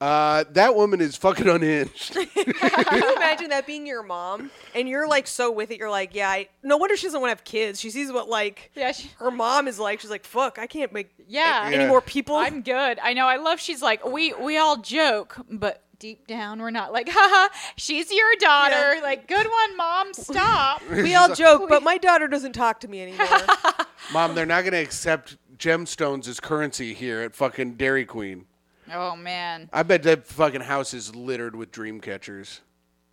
Uh, that woman is fucking unhinged.
Can you imagine that being your mom and you're like so with it? You're like, yeah, I, no wonder she doesn't want to have kids. She sees what like
Yeah, she-
her mom is like. She's like, fuck, I can't make
Yeah.
any
Yeah.
more people.
I'm good. I know. I love. She's like we we all joke, but deep down we're not like, haha. She's your daughter.
Yeah.
Like, good one, mom. Stop.
we all joke, but my daughter doesn't talk to me anymore.
Mom, they're not going to accept gemstones as currency here at fucking Dairy Queen.
oh man.
I bet that fucking house is littered with dream catchers.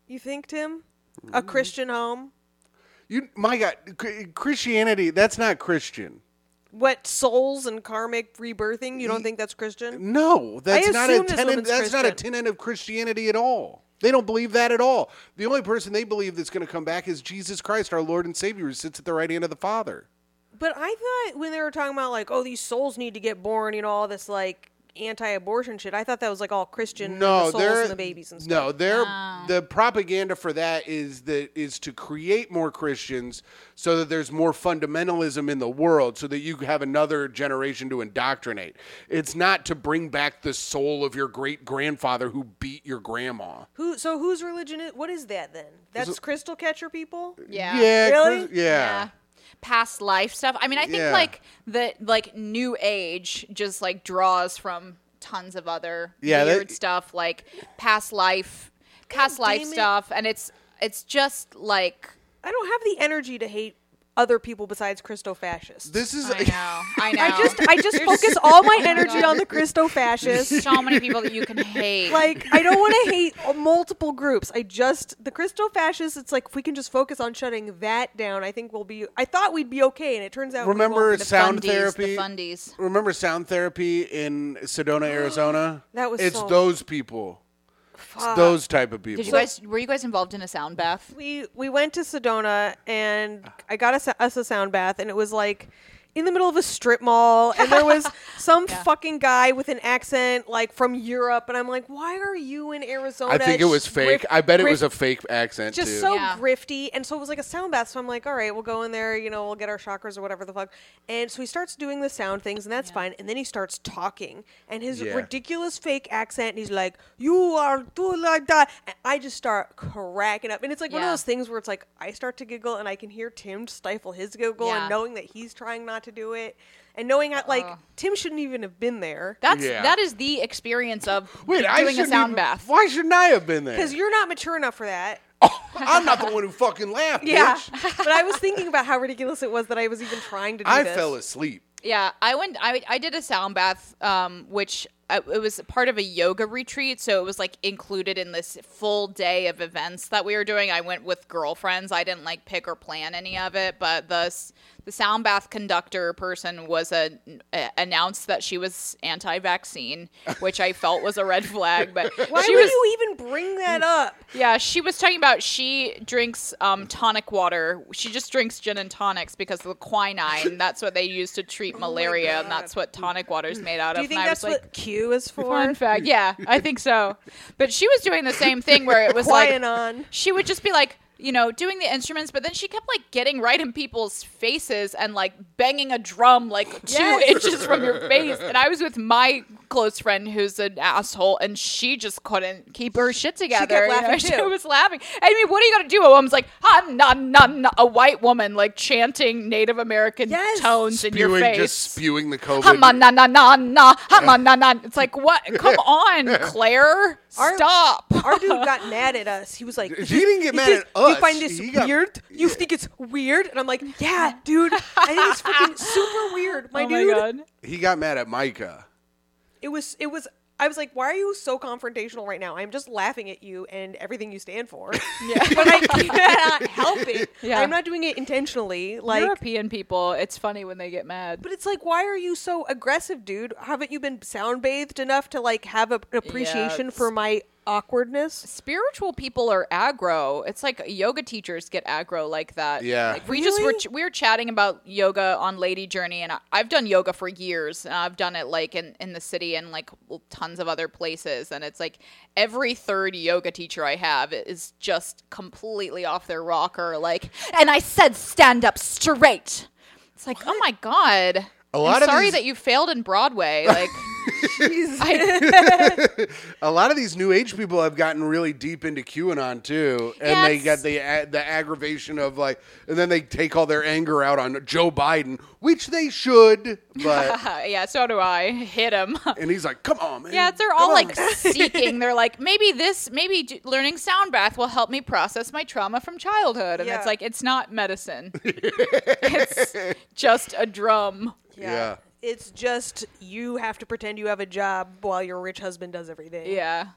you think, Tim? A Christian home?
You, my God, Chr- Christianity, that's not Christian.
What souls and karmic
Mm.
rebirthing? You don't think that's Christian?
No, that's not a
assume this
tenet.
woman's
That's not a
Christian.
tenet of Christianity at all. They don't believe that at all. The only person they believe that's going to come back is Jesus Christ, our Lord and Savior, who sits at the right hand of the Father.
But I thought when they were talking about like, oh, these souls need to get born, you know, all this like anti-abortion shit. I thought that was like all Christian,
No,
the souls
they're
and the babies and stuff.
no, they're
Ah.
the propaganda for that is that is to create more Christians so that there's more fundamentalism in the world, so that you have another generation to indoctrinate. It's not to bring back the soul of your great grandfather who beat your grandma.
Who? So whose religion is? What is that then? That's crystal catcher people.
Yeah.
yeah,
Really?
Chris- yeah.
Yeah. Past life stuff. I mean, I think
Yeah.
like the like new age just like draws from tons of other
Yeah, that-
weird stuff like past life, past life
damn it.
stuff, and it's it's just like
I don't have the energy to hate other people besides Christo fascists.
This is
I know, I know.
I just I just focus all my energy on the Christo fascists.
so many people that you can hate.
Like I don't want to hate multiple groups. I just the Christo fascists. It's like if we can just focus on shutting that down, I think we'll be. I thought we'd be okay, and it turns out we
remember
won't.
the
sound
fundies,
therapy.
the fundies.
Remember sound therapy in Sedona, Arizona?
That was
It's
so-
those people. It's those type of people.
Did you guys were you guys involved in a sound bath?
we we went to Sedona and I got us, us a sound bath and it was like in the middle of a strip mall and there was some fucking guy with an accent like from Europe and I'm like why are you in Arizona?
I think it was
Just
fake.
riff-
I bet it
riff-
was a fake accent
just
too.
so
Yeah.
grifty and so it was like a sound bath so i'm like all right we'll go in there you know we'll get our chakras or whatever the fuck and so he starts doing the sound things and that's fine and then he starts talking and his
Yeah.
ridiculous fake accent and he's like you are too like that and i just start cracking up and it's like one of
Yeah.
those things where it's like i start to giggle and i can hear tim stifle his giggle
Yeah.
and knowing that he's trying not to do it and knowing that like
Ugh.
tim shouldn't even have been there
That's
Yeah.
that is the experience of
Wait, I
doing a
shouldn't
sound
even-
bath.
Why shouldn't I have been there?
because you're not mature enough for that
I'm not the one who fucking laughed.
yeah
Oh, bitch.
but i was thinking about how ridiculous it was that i was even trying to do
I
this
fell asleep.
Yeah, I went. I I did a sound bath, um, which I, it was part of a yoga retreat, so it was like included in this full day of events that we were doing. I went with girlfriends. I didn't like pick or plan any of it, but the s- the sound bath conductor person was a, a announced that she was anti-vaccine, which I felt was a red flag. But
Why
she
would
was,
you even bring that
Mm.
up?
Yeah, she was talking about she drinks um, tonic water. She just drinks gin and tonics because of the quinine. That's what they use to treat malaria, and that's what tonic water is made out
Do
of.
you think
and
that's
I was
what Q is for?
like, fun fact. Yeah, I think so. But she was doing the same thing where it was like
Quinine.
she would just be like. You know, doing the instruments, but then she kept like getting right in people's faces and like banging a drum like two
Yes.
inches from your face. And I was with my close friend who's an asshole, and she just couldn't keep her shit
kept
together. you know?
laughing,
She
too.
was laughing. I mean, what are you gonna do? A woman's like, I'm not, not, not a white woman like chanting Native American
Yes.
tones in your
Spewing,
face.
just spewing the COVID.
Hama na na na na hama na na. It's like what? Come on, Claire,
Our-
stop.
Our dude got mad at us. He was like,
He didn't get
"You
mad
think-
at us.
You find this
He got-
weird? You think it's weird?" And I'm like, "Yeah, dude. I think it's fucking super weird, my
oh
dude."
my god.
he got mad at Micah.
It was. It was. I was like, "Why are you so confrontational right now? I'm just laughing at you and everything you stand for." Yeah. but I cannot help it.
Yeah.
I'm not doing it intentionally. Like,
European people, it's funny when they get mad.
But it's like, why are you so aggressive, dude? Haven't you been sound bathed enough to like have a, an appreciation
it's-
for my awkwardness?
Spiritual people are aggro. It's like yoga teachers get aggro like that.
Yeah.
Like, we just were
Really?
ch- we were chatting about yoga on Lady Journey, and I, I've done yoga for years. And I've done it like in in the city and like l- tons of other places. And it's like every third yoga teacher I have is just completely off their rocker. Like, and I said, stand up straight. It's like, oh my god.
A lot
I'm
of
sorry
these-
that you failed in Broadway. Like, I,
A lot of these new age people have gotten really deep into QAnon too, and they
Yes.
get the a- the aggravation of like, and then they take all their anger out on Joe Biden, which they should. But
Uh, yeah, so do I. Hit him.
and he's like, "Come on, man."
Yeah, they're
Come
all
on."
like seeking. They're like, maybe this, maybe d- learning sound bath will help me process my trauma from childhood. And
Yeah.
it's like, it's not medicine. it's just a drum.
Yeah.
It's just you have to pretend you have a job while your rich husband does everything.
Yeah.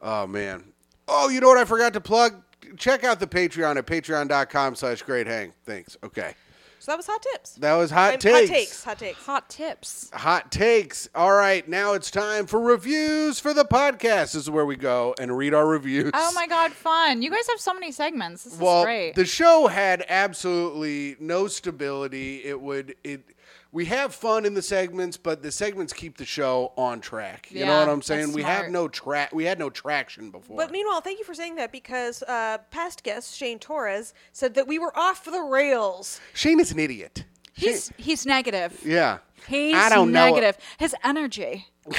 Oh man. Oh, you know what I forgot to plug? Check out the Patreon at patreon.com slash great hang. Thanks. Okay.
So that was hot tips.
That was hot
I'm-
takes.
Hot takes. Hot takes.
Hot tips.
Hot takes. All right, now it's time for reviews for the podcast. This is where we go and read our reviews.
Oh my god, fun! You guys have so many segments. This
well,
is great.
the show had absolutely no stability. It would it we have fun in the segments, but the segments keep the show on track. You know
Yeah,
what I'm saying?
that's
We
smart.
have no track we had no traction before.
But meanwhile, thank you for saying that because uh, past guest Shane Torres said that we were off the rails.
Shane is an idiot.
he's he's negative.
Yeah.
He's
I don't know-
negative. His energy.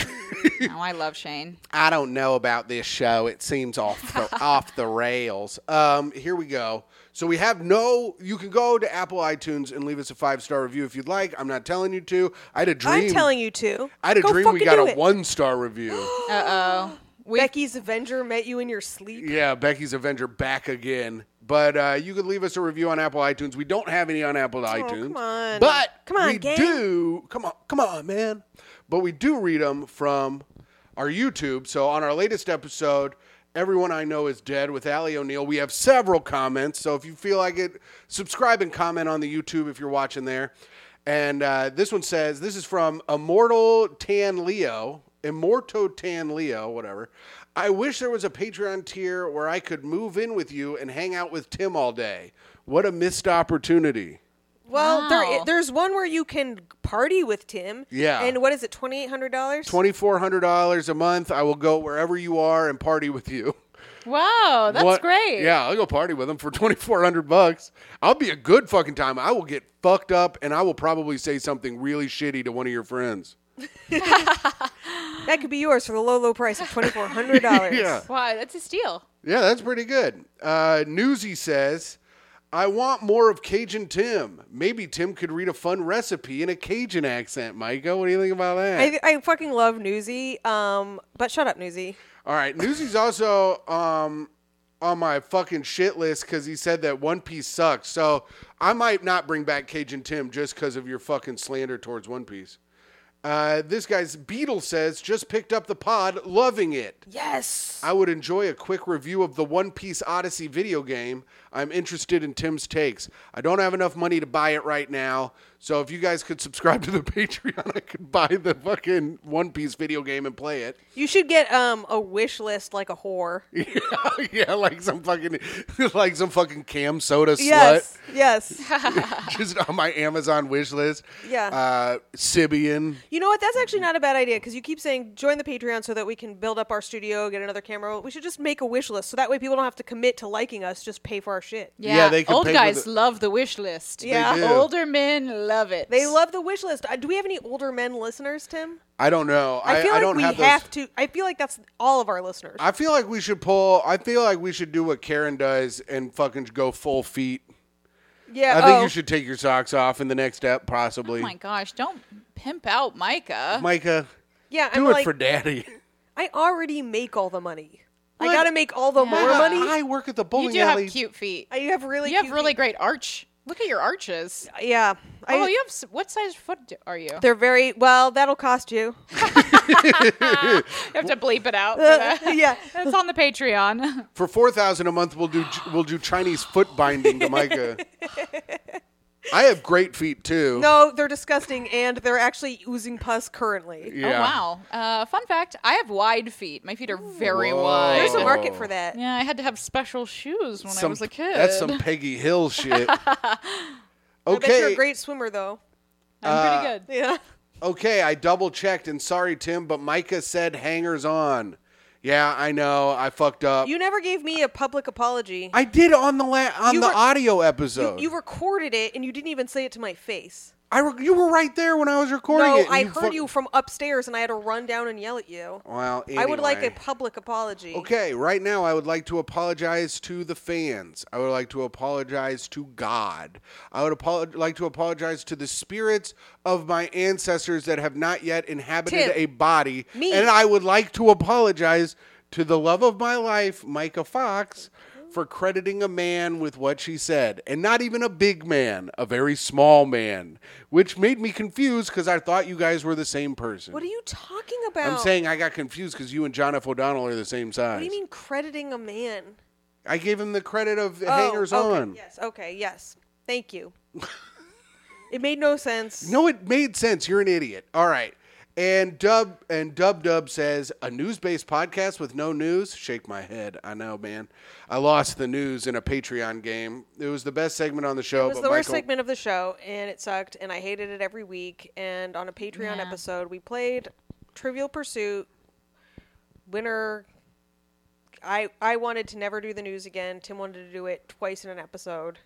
oh, I love Shane.
I don't know about this show. It seems off the, off the rails. Um, here we go. So we have no. You can go to Apple iTunes and leave us a five star review if you'd like. I'm not telling you to. I had a dream.
I'm telling you to.
I had a
Go
dream we
fucking
got
do
a
it.
one star review.
Uh oh. We
Becky's Avenger met you in your sleep.
yeah, Becky's Avenger back again. But uh, you could leave us a review on Apple iTunes. We don't have any on Apple iTunes.
Oh, come on.
But
Come on,
we
gang.
do. Come on, come on, man. But we do read them from our YouTube. So on our latest episode, everyone I know is dead with Allie O'Neill. We have several comments. So if you feel like it, subscribe and comment on the YouTube if you're watching there. And uh, this one says, "This is from Immortal Tan Leo." Immorto Tan Leo, whatever. I wish there was a Patreon tier where I could move in with you and hang out with Tim all day. What a missed opportunity.
Well, there
Wow.
i there's one where you can party with Tim.
Yeah.
And what is it? Twenty eight hundred dollars.
twenty four hundred dollars a month. I will go wherever you are and party with you.
wow, that's
What-
great.
Yeah, I'll go party with them for twenty four hundred bucks. I'll be a good fucking time. I will get fucked up and I will probably say something really shitty to one of your friends.
That could be yours for the low, low price of twenty four hundred dollars.
Yeah.
Wow, that's a steal.
Yeah, that's pretty good. Uh, Newsy says, I want more of Cajun Tim. Maybe Tim could read a fun recipe in a Cajun accent, Micah. What do you think about that?
I, I fucking love Newsy. Um, but shut up, Newsy.
All right, Newsy's also um, on my fucking shit list because he said that One Piece sucks. So I might not bring back Cajun Tim just because of your fucking slander towards One Piece. Uh, this guy's Beetle says just picked up the pod, loving it.
Yes.
I would enjoy a quick review of the One Piece Odyssey video game. I'm interested in Tim's takes. I don't have enough money to buy it right now. So if you guys could subscribe to the Patreon, I could buy the fucking One Piece video game and play it.
You should get um a wish list like a whore.
yeah, like some fucking, like some fucking cam soda
Yes. Yes.
slut, just on my Amazon wish list.
Yeah.
uh, Sibian.
You know what? That's actually not a bad idea because you keep saying join the Patreon so that we can build up our studio, get another camera. We should just make a wish list so that way people don't have to commit to liking us. Just pay for our shit.
Yeah,
Yeah,
they could
old
pay for
guys
the-
love the wish list.
Yeah.
do.
older men love it.
They love the wish list. Uh, do we have any older men listeners, Tim?
I don't know. I,
I feel
I
like
don't
we
have
have,
those.
to. I feel like that's all of our listeners.
I feel like we should pull. I feel like we should do what Karen does and fucking go full feet.
yeah.
I think
oh.
you should take your socks off in the next step, possibly.
Oh my gosh, don't pimp out Micah.
Micah,
Yeah.
do
I'm
it
like,
for daddy.
I already make all the money.
What?
I gotta make all the more
Micah,
money.
I work at the
you
bowling
do
alley.
have cute feet.
I have really.
you have
cute
really great arch. Look at your arches.
feet. Yeah. I,
oh, you have s- what size foot do- are you?
They're very well. That'll cost you.
You have to bleep it out. For that.
yeah.
It's on the Patreon. Oh,
For four thousand a month, we'll do we'll do Chinese foot binding to Micah. I have great feet too.
No, they're disgusting, and they're actually oozing pus currently.
Yeah.
Oh wow. Uh, fun fact: I have wide feet. My feet are very
Whoa.
wide.
There's a
Oh.
market for that.
yeah, I had to have special shoes when I was a kid.
That's some Peggy Hill shit.
I bet
okay.
you're a great swimmer, though.
I'm
uh,
pretty good.
Yeah.
okay, I double checked and sorry Tim, but Micah said hangers on. Yeah, I know. I fucked up.
You never gave me a public apology.
I did on the la- on
You
the
were-
audio episode.
You recorded it, and you didn't even say it to my face.
I re- you were right there when I was recording
No,
it. and Oh,
I heard
fuck-
you from upstairs, and I had to run down and yell at you.
Well,
I would like a
anyway.
public apology.
Okay, right now I would like to apologize to the fans. I would like to apologize to God. I would apolo- like to apologize to the spirits of my ancestors that have not yet inhabited
Tim.
a body.
Me.
And I would like to apologize to the love of my life, Micah Fox, for crediting a man with what she said. And not even a big man, a very small man, which made me confused because I thought you guys were the same person.
What are you talking about?
I'm saying I got confused because you and John F. O'Donnell are the same size.
What do you mean crediting a man?
I gave him the credit of
Oh,
hangers
okay,
on.
Yes. Okay. Yes. Thank you. It made no sense.
No, it made sense. You're an idiot. All right. And Dub and Dub Dub says a news-based podcast with no news. Shake my head. I know, man. I lost the news in a Patreon game. It was the best segment on the show.
It was
but
the worst
Michael-
segment of the show, and it sucked, and I hated it every week. And on a Patreon
Yeah.
episode, we played Trivial Pursuit. Winner. I I wanted to never do the news again. Tim wanted to do it twice in an episode.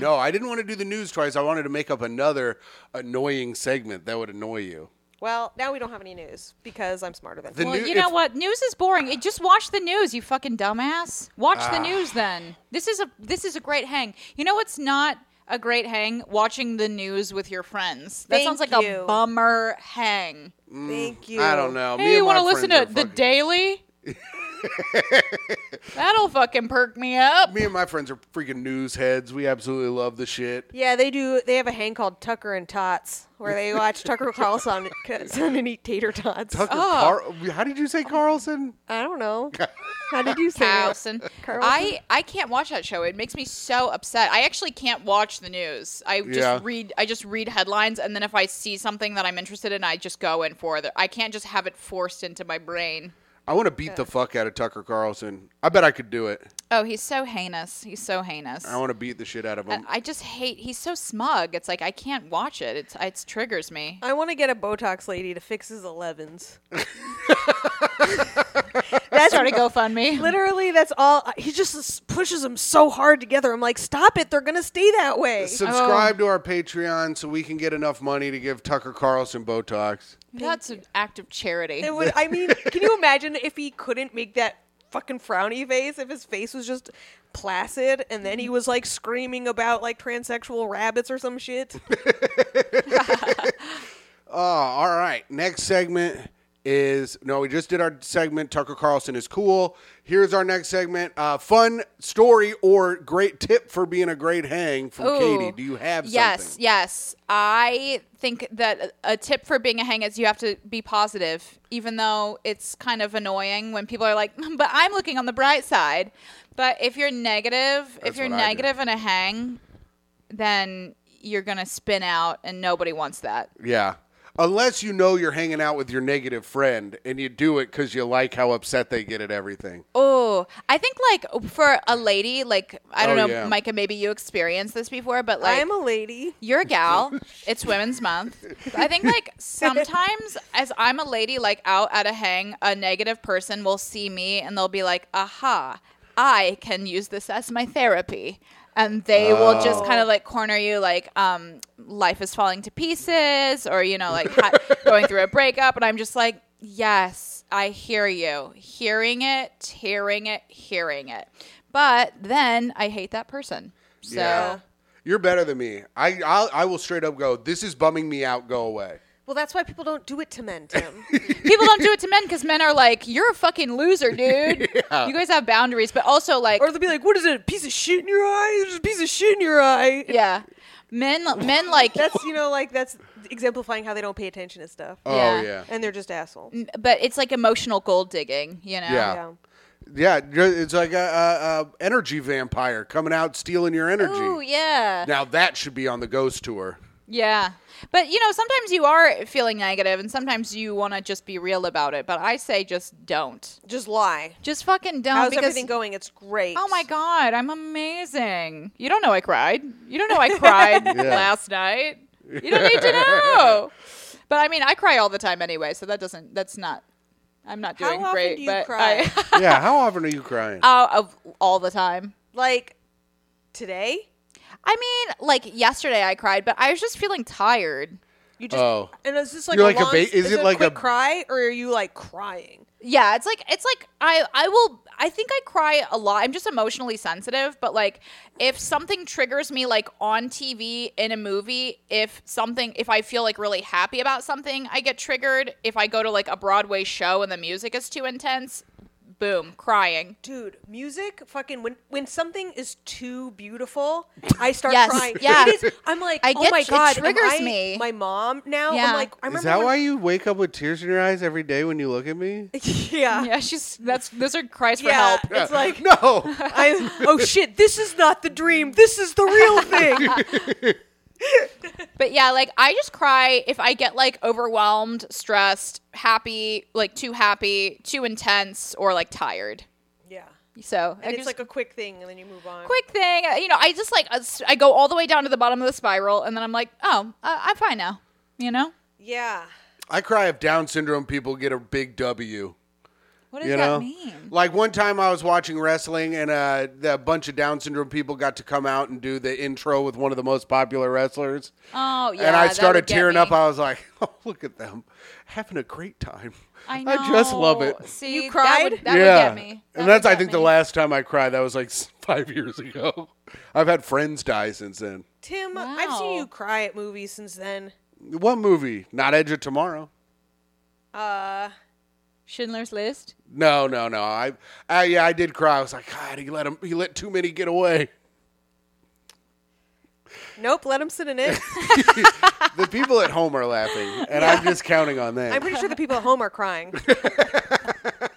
No, I didn't want to do the news twice. I wanted to make up another annoying segment that would annoy you.
Well, now we don't have any news because I'm smarter than
The
Well,
new-
you know
if-
what? News is boring. It, just watch the news, you fucking dumbass. Watch
Ah.
the news then. This is a this is a great hang. You know what's not a great hang? Watching the news with your friends. That
Thank
sounds like
you.
a bummer hang.
Thank you.
I don't know. Me
Hey, you
and
want
my
to listen to
friends are
the
fucking-
Daily? That'll fucking perk me up.
Me and my friends are freaking news heads. We absolutely love the shit.
Yeah, they do. They have a hang called Tucker and Tots, where they watch Tucker Carlson Carlson and eat tater tots.
Tucker
Oh.
Carl- How did you say Carlson?
I don't know. How did you say it?
Carlson.
Carlson?
I I can't watch that show. It makes me so upset. I actually can't watch the news. I just
Yeah.
read I just read headlines and then if I see something that I'm interested in, I just go in for it. I can't just have it forced into my brain.
I want to beat the fuck out of Tucker Carlson. I bet I could do it.
Oh, he's so heinous. He's so heinous.
I want to beat the shit out of him.
And I just hate. He's so smug. It's like I can't watch it. It's it triggers me.
I want to get a Botox lady to fix his 11s. That's
Start a GoFundMe.
literally that's all. He just s- pushes them so hard together. I'm like, stop it! They're gonna stay that way.
Subscribe to our Patreon so we can get enough money to give Tucker Carlson Botox.
That's an act of charity.
It would. I mean, can you imagine if he couldn't make that fucking frowny face? If his face was just placid, and then he was like screaming about like transsexual rabbits or some shit.
Oh, all right. Next segment is no, we just did our segment. Tucker Carlson is cool. Here's our next segment. Uh, fun story or great tip for being a great hang from
Ooh.
Katie. Do you have
Yes,
something?
yes. I think that a tip for being a hang is you have to be positive, even though it's kind of annoying when people are like, "Hmm, "But I'm looking on the bright side." But if you're negative, if
That's
you're
what I do.
negative and a hang, then you're gonna spin out, and nobody wants that.
Yeah. Unless you know you're hanging out with your negative friend and you do it because you like how upset they get at everything.
Oh, I think like for a lady, like I don't
Oh,
know,
yeah.
Micah, maybe you experienced this before, but
I
like
am a lady.
you're a gal. It's Women's Month. I think like sometimes, as I'm a lady, like out at a hang, a negative person will see me and they'll be like, "Aha, I can use this as my therapy," and they will just kind of like corner you, like, um, "Life is falling to pieces," or you know, like ha- going through a breakup, and I'm just like. Yes, I hear you. Hearing it, hearing it, hearing it. But then I hate that person. So
You're better than me. I I'll, I will straight up go. This is bumming me out. Go away.
Well, that's why people don't do it to men, Tim.
people don't do it to men because men are like, "You're a fucking loser, dude. You guys have boundaries." But also, like,
or they'll be like, "What is it? A piece of shit in your eye? There's a piece of shit in your eye."
yeah, men, men like,
That's you know, like that's exemplifying how they don't pay attention to stuff,
Oh
Yeah.
yeah.
and they're just assholes.
but it's like emotional gold digging, you know?
Yeah.
Yeah.
Yeah, ju- it's like a, a, a energy vampire coming out stealing your energy.
Ooh, yeah,
Now that should be on the ghost tour.
yeah. But you know, sometimes you are feeling negative, and sometimes you want to just be real about it. But I say, just don't.
Just lie.
Just fucking don't.
How's
Oh, because-
everything going? It's great.
Oh my god, I'm amazing. You don't know I cried. You don't know I cried last night. You don't need to know. But I mean, I cry all the time anyway, so that doesn't. That's not. I'm not
How
doing
often
great.
do you
but
cry?
I,
yeah, how often are you crying?
Um,
Oh, of all the time.
Like today,
I mean, like yesterday I cried, but I was just feeling tired.
you just
Oh.
and is this like
You're
a
like a
long,
ba- is it like
quick
a-
cry or are you like crying?
Yeah, it's like it's like I I will I think I cry a lot. I'm just emotionally sensitive, but like if something triggers me like on TV in a movie, if something if I feel like really happy about something, I get triggered. If I go to like a Broadway show and the music is too intense, boom, crying.
Dude, music fucking when when something is too beautiful, I start
Yes,
crying.
yeah.
It is, I'm like,
I
oh
get
my
you. It
god, am
triggers
I
me.
My mom now.
Yeah.
I'm like, I remember
is that
when-
why you wake up with tears in your eyes every day when you look at me?
yeah.
Yeah, she's that's those are cries for
Yeah.
help.
It's like
no.
I oh shit, this is not the dream. This is the real thing.
But yeah, like I just cry if I get like overwhelmed, stressed, happy, like too happy, too intense, or like tired.
Yeah.
So
And
I
it's
just-
like a quick thing, and then you move on.
quick thing. uh, You know, I just like uh, s- I go all the way down to the bottom of the spiral, and then I'm like, oh, uh, I'm fine now. You know,
Yeah.
I cry if Down syndrome people get a big W.
what does
you
that
know,
mean?
like one time I was watching wrestling, and uh, the- a bunch of Down syndrome people got to come out and do the intro with one of the most popular wrestlers.
Oh yeah.
and I
that
started
would get
tearing
me.
up. I was like, "Oh, look at them, having a great time."
I, know.
just love it.
See,
You
That
cried?
would, that
yeah,
would get me. That
and
would
that's I
get
think
me.
the last time I cried. That was like s- five years ago. I've had friends die since then.
Tim, I've seen
Wow.
you cry at movies since then.
What movie? Not Edge of Tomorrow.
Uh,
Schindler's List.
No, no, no. I, I yeah, I did cry. I was like, God, he let him. He let too many get away.
nope. Let him sit in it.
The people at home are laughing, and I'm just counting on that.
I'm pretty sure the people at home are crying.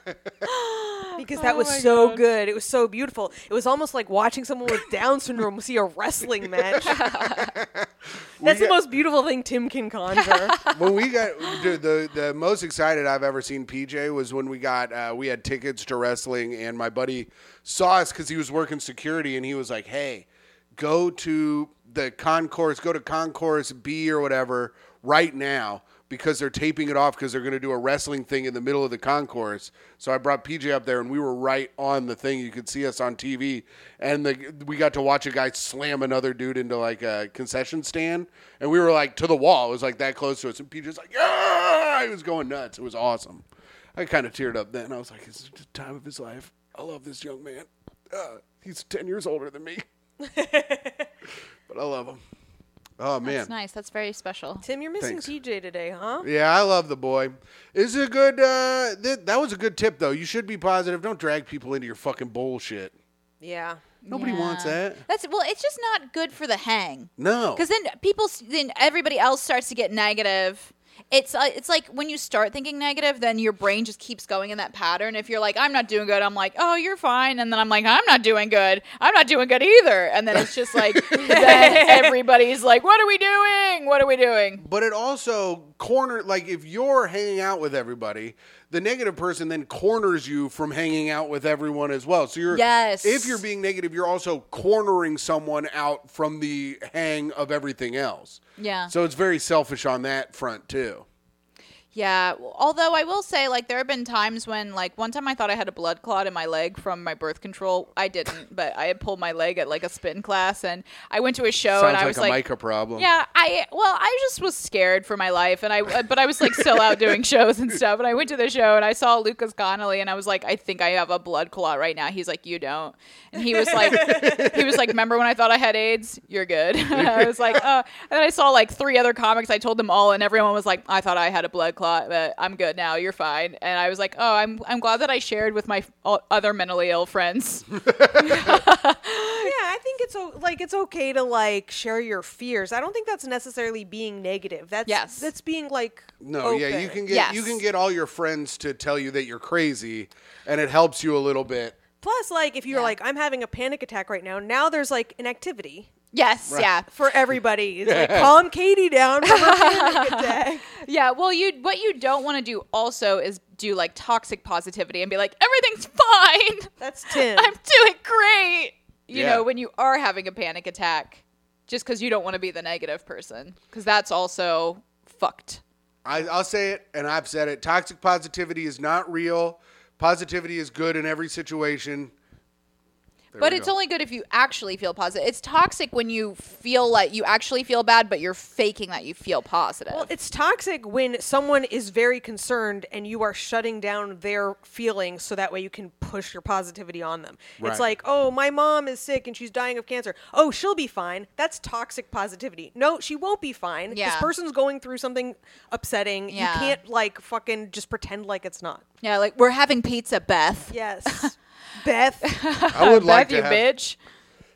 because that was
Oh my
so
God.
good. It was so beautiful. It was almost like watching someone with Down syndrome see a wrestling match. That's the
got-
most beautiful thing Tim can conjure.
when we got dude, the the most excited I've ever seen PJ was when we got uh, we had tickets to wrestling, and my buddy saw us because he was working security, and he was like, "Hey, go to the concourse, go to concourse B or whatever right now." Because they're taping it off because they're going to do a wrestling thing in the middle of the concourse. So I brought PJ up there and we were right on the thing. You could see us on TV. And the, we got to watch a guy slam another dude into like a concession stand. And we were like to the wall. It was like that close to us. And PJ's like, yeah! He was going nuts. It was awesome. I kind of teared up then. I was like, this is the time of his life. I love this young man. Uh, he's 10 years older than me. but I love him. Oh, man.
That's nice. That's very special.
Tim, you're missing
Thanks.
PJ today, huh?
Yeah, I love the boy. This is a good. Uh, th- that was a good tip, though. You should be positive. Don't drag people into your fucking bullshit.
Yeah.
Nobody wants
Yeah.
that.
That's well. It's just not good for the hang.
No.
Because then people, s- then everybody else starts to get negative. It's uh, it's like when you start thinking negative, then your brain just keeps going in that pattern. If you're like, I'm not doing good, I'm like, oh, you're fine, and then I'm like, I'm not doing good, I'm not doing good either, and then it's just like, then everybody's like, what are we doing? What are we doing?
But it also corner like if you're hanging out with everybody, the negative person then corners you from hanging out with everyone as well. So you're
Yes.
if you're being negative, you're also cornering someone out from the hang of everything else.
Yeah.
So it's very selfish on that front too.
Yeah. well, Although I will say, like, there have been times when, like, one time I thought I had a blood clot in my leg from my birth control. I didn't, but I had pulled my leg at like a spin class, and I went to a show,
Sounds
Oh, and I
like
was
a
like,
Micah problem.
Yeah, I well, I just was scared for my life, and I uh, but I was like still out doing shows and stuff. And I went to the show and I saw Lucas Connolly, and I was like, I think I have a blood clot right now. He's like, you don't, and he was like, he was like, remember when I thought I had AIDS? You're good. I was like, uh, and then I saw like three other comics. I told them all, and everyone was like, I thought I had a blood clot, but I'm good now. You're fine. And I was like, oh, I'm I'm glad that I shared with my f- o- other mentally ill friends.
Yeah, I think it's o- like it's okay to like share your fears. I don't think that's necessarily being negative. That's
Yes.
that's being like
No, yeah, you
open.
can get
Yes.
you can get all your friends to tell you that you're crazy, and it helps you a little bit.
Plus, like if you're like, I'm having a panic attack right now. Now there's like an activity
Yes, yeah,
for everybody. It's like calm Katie down from her panic attack.
Yeah, well, you what you don't want to do also is do like toxic positivity and be like everything's fine.
That's Tim.
I'm doing great. You
Yeah.
know, when you are having a panic attack, just because you don't want to be the negative person, because that's also fucked.
I, I'll say it, and I've said it. Toxic positivity is not real. Positivity is good in every situation. There
but
we
it's
go.
only good if you actually feel positive. It's toxic when you feel like you actually feel bad, but you're faking that you feel positive.
well, it's toxic when someone is very concerned and you are shutting down their feelings so that way you can push your positivity on them.
Right.
It's like, oh, my mom is sick and she's dying of cancer. Oh, she'll be fine. That's toxic positivity. No, she won't be fine. This
Yeah.
person's going through something upsetting.
Yeah.
You can't like fucking just pretend like it's not.
yeah, like we're having pizza, Beth.
Yes. Beth.
I would like
Beth, you
to have,
bitch.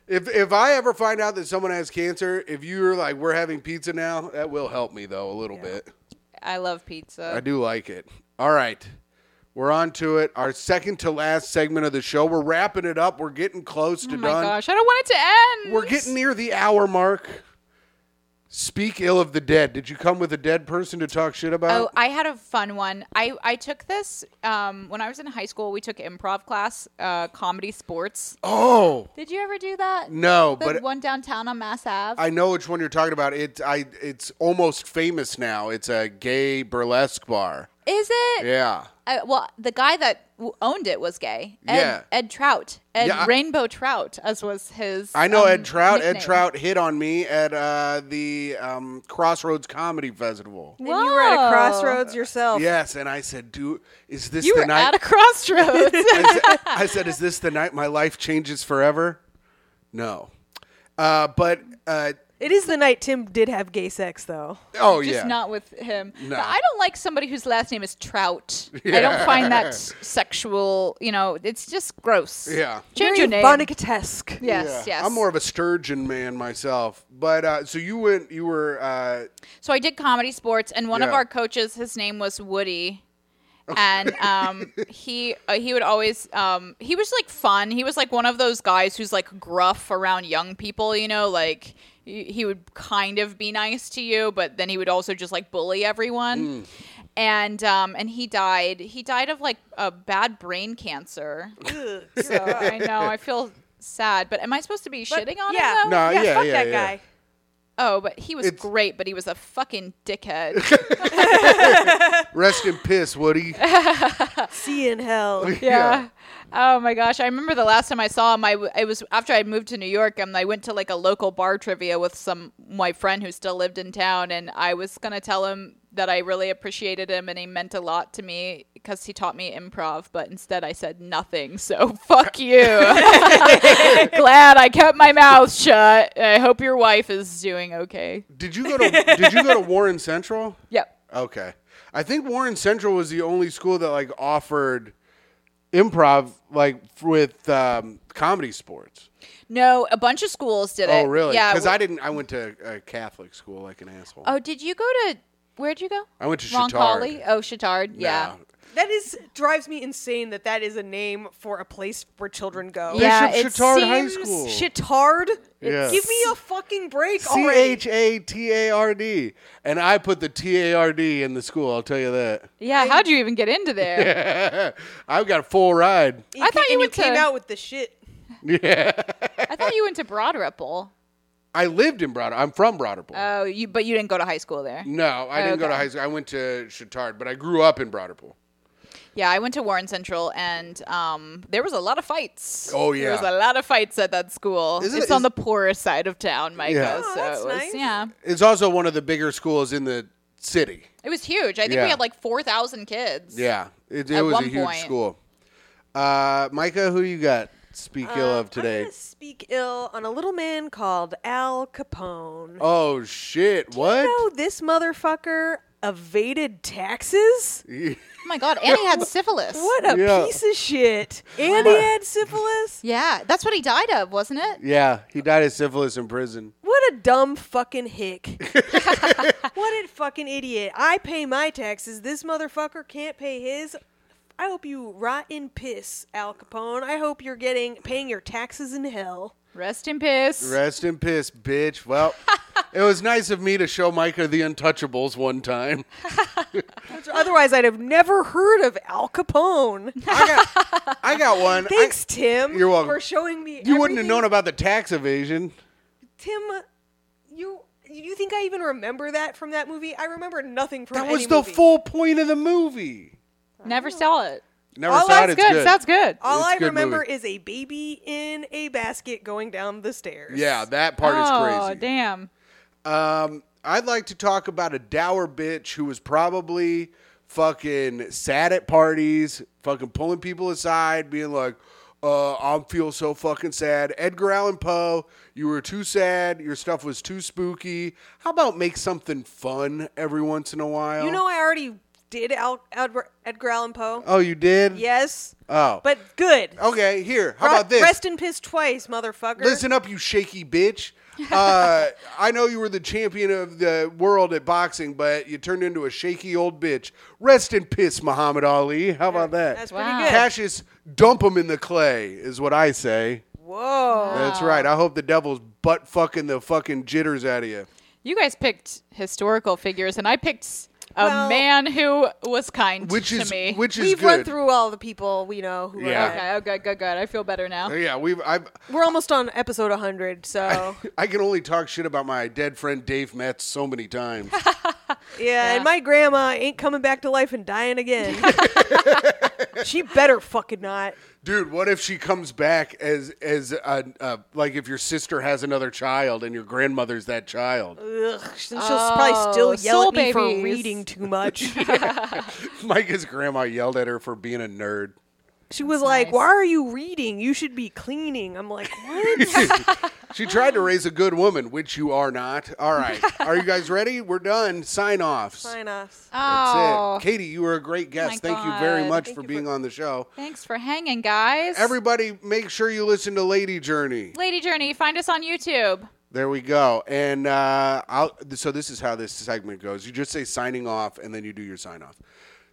If if I ever find out that someone has cancer, if you're like we're having pizza now, that will help me though a little bit.
I love pizza.
I do like it. All right. We're on to it. Our second to last segment of the show. We're wrapping it up. We're getting close to
oh my
done.
gosh, I don't want it to end.
We're getting near the hour mark. Speak ill of the dead. Did you come with a dead person to talk shit
Oh,
about?
I had a fun one. I, I took this um, when I was in high school. We took improv class, uh, comedy sports.
Oh,
Did you ever do that?
no,
The
but
one downtown on Mass Ave.
I know which one you're talking about. It I it's almost famous now. It's a gay burlesque bar.
Is it?
Yeah.
I, well, the guy that w- owned it was gay. Ed,
Yeah.
Ed Trout. Ed
Yeah, I-
Rainbow Trout, as was his.
I know
um,
Ed Trout. Ed
nickname.
Trout hit on me at uh, the um, Crossroads Comedy Festival.
And you were at
Whoa.
a crossroads yourself.
Yes, and I said, "Do is this
Oh. You
the
were
night?"
at a crossroads.
I, said, I said, "Is this the night my life changes forever?" No, uh, but uh,
It is the night Tim did have gay sex, though.
oh
Just
yeah,
not with him.
No.
But I don't like somebody whose last name is Trout. I don't find that s- sexual. You know, it's just gross.
Yeah.
Change
Very
your name.
Bonicatesque.
Yeah.
Yes, yes.
I'm more of a sturgeon man myself. But uh, so you went, you were, uh,
So I did comedy sports, and one of
Yeah.
our coaches, his name was Woody, and um, he uh, he would always um, he was like fun. He was like one of those guys who's like gruff around young people, you know, like y- he would kind of be nice to you, but then he would also just like bully
Hmm.
everyone. And um, and he died. He died of like a bad brain cancer. so I know I feel sad, but am I supposed to be shitting on
yeah.
him? though?
No,
yeah,
yeah,
fuck
yeah,
that
yeah.
guy.
Oh, but he was
It's-
great, but he was a fucking dickhead.
rest in piss, Woody.
See you in hell.
yeah. Oh my gosh! I remember the last time I saw him. I w- it was after I moved to New York, and I went to like a local bar trivia with some my friend who still lived in town, and I was gonna tell him that I really appreciated him and he meant a lot to me because he taught me improv, but instead I said nothing. So fuck you. Glad I kept my mouth shut. I hope your wife is doing okay.
Did you go to, did you go to Warren Central?
Yep.
Okay. I think Warren Central was the only school that like offered improv like f- with um, comedy sports.
No, a bunch of schools did it.
Oh, really?
Yeah.
Because
w-
I didn't. I went to a Catholic school like an asshole.
oh, did you go to? Where'd you go?
I went to
Ron
Chittard.
Colley? Oh, Chittard. Yeah.
No.
That is drives me insane that that is a name for a place where children go.
Yeah,
Bishop
it
Chittard High
seems
School.
Chittard?
Yeah.
Give me a fucking break Oh
C
already.
H A T A R D. And I put the T A R D in the school, I'll tell you that.
Yeah, how'd you even get into there?
I've got a full ride.
You
I
ca-
thought you
and
went
came
to-
out with the shit.
I thought you went to Broad Ripple.
I lived in Broad. I'm from Broderpool.
Oh, you but you didn't go to high school there.
no, I didn't go to
okay.
high school. I went to Chittard, but I grew up in Broderpool.
Yeah, I went to Warren Central, and um, there was a lot of fights.
Oh,
there was
yeah.
a lot of fights at that school.
Isn't it-
it's on
is-
the poorer side of town, Micah.
Yeah.
Oh,
so
that's
it was,
nice.
yeah,
It's also one of the bigger schools in the city.
it was huge. I think
Yeah.
we had like four thousand kids.
Yeah, it, it
At
was a
one
huge
point-
school. Uh, Micah, who you got? Speak ill
Uh,
Um,
of
I'm
today.
gonna speak ill on a little man called Al Capone.
Oh shit! What?
You know this motherfucker evaded taxes?
Oh my God, and he had syphilis.
What a
Yeah.
piece of shit. And he had syphilis?
Yeah, that's what he died of, wasn't it?
Yeah, he died of syphilis in prison.
What a dumb fucking hick. what a fucking idiot. I pay my taxes. This motherfucker can't pay his. I hope you rot in piss, Al Capone. I hope you're getting paying your taxes in hell.
Rest in peace.
Rest in piss, bitch. Well, it was nice of me to show Micah the Untouchables one time.
Otherwise, I'd have never heard of Al Capone.
I got, I got one. I-
Thanks, Tim.
You're welcome.
For showing me.
you wouldn't have
everything.
known about the tax evasion.
Tim, you you think I even remember that from that movie? I remember nothing from
That
any
was the
movie.
full point of the movie.
Never saw it.
Never
All
saw it.
Oh, That's
It's
good. Sounds good.
All
It's a
I
good
remember
movie.
is a baby in a basket going down the stairs.
Yeah, that part
oh,
is crazy.
damn.
Um, I'd like to talk about a dour bitch who was probably fucking sad at parties, fucking pulling people aside, being like, uh, I feel so fucking sad. Edgar Allan Poe, you were too sad. Your stuff was too spooky. How about make something fun every once in a while?
You know, I already did Al- Edgar, Edgar Allan Poe.
Oh, you did?
yes.
Oh.
But good.
Okay, here. How
Ro-
about this?
Rest in piss twice, motherfucker.
Listen up, you shaky bitch. Uh, I know you were the champion of the world at boxing, but you turned into a shaky old bitch. Rest in piss, Muhammad Ali. How about that?
That's
Wow.
pretty good.
Cassius, dump him in the clay, is what I say.
Whoa.
That's right. I hope the devil's butt fucking the fucking jitters out of you.
You guys picked historical figures, and I picked a
Well-
man who was kind
which
to
is
me.
which is
We've
good.
run through all the people we know. Who
Yeah.
yeah.
okay, oh, good, good, good. I feel better now.
Yeah, we've I've,
We're almost on episode 100, so
I can only talk shit about my dead friend Dave Metz so many times.
yeah, And my grandma ain't coming back to life and dying again. she better fucking not.
Dude, what if she comes back as as a, a like if your sister has another child and your grandmother's that child?
Ugh, she'll probably still
Oh,
yell
soul
at me for
babies.
reading too much.
Micah's grandma yelled at her for being a nerd.
She was like,
nice.
"Why are you reading? You should be cleaning." I'm like, "What?"
She tried to raise a good woman, which you are not. All right, are you guys ready? We're done. Sign offs.
Sign us.
That's
Oh,
it. Katie, you were a great guest.
my
Thank you very
God.
much
Thank
for
you
being
for-
on the show.
thanks for hanging, guys.
Everybody, make sure you listen to Lady Journey.
Lady Journey, find us on YouTube.
There we go. And uh, I'll, so this is how this segment goes. You just say signing off, and then you do your sign off.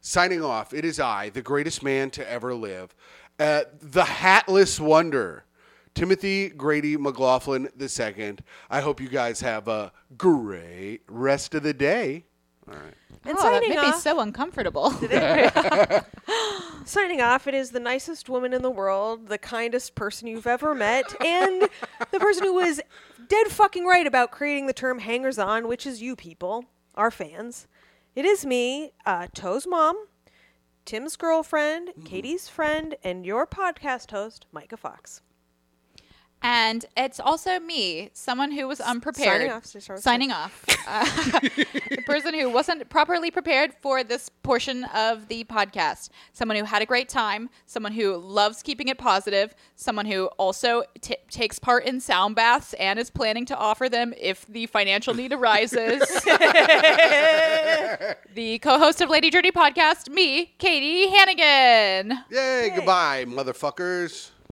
Signing off. It is I, the greatest man to ever live, uh, the hatless wonder, Timothy Grady McLaughlin II. I hope you guys have a great rest of the day.
And
oh, that
signing
made me
off.
so uncomfortable.
signing off. It is the nicest woman in the world, the kindest person you've ever met, and the person who was dead fucking right about creating the term "hangers on," which is you people, our fans. It is me, uh, Toe's mom, Tim's girlfriend,
Mm-hmm.
Katie's friend, and your podcast host, Micah Fox.
And it's also me, someone who was unprepared.
signing off, so sorry.
Signing off. Uh, the person who wasn't properly prepared for this portion of the podcast. Someone who had a great time. Someone who loves keeping it positive. Someone who also t- takes part in sound baths and is planning to offer them if the financial need arises. the co host of Lady Journey podcast, me, Katie Hannigan.
Yay, goodbye, motherfuckers.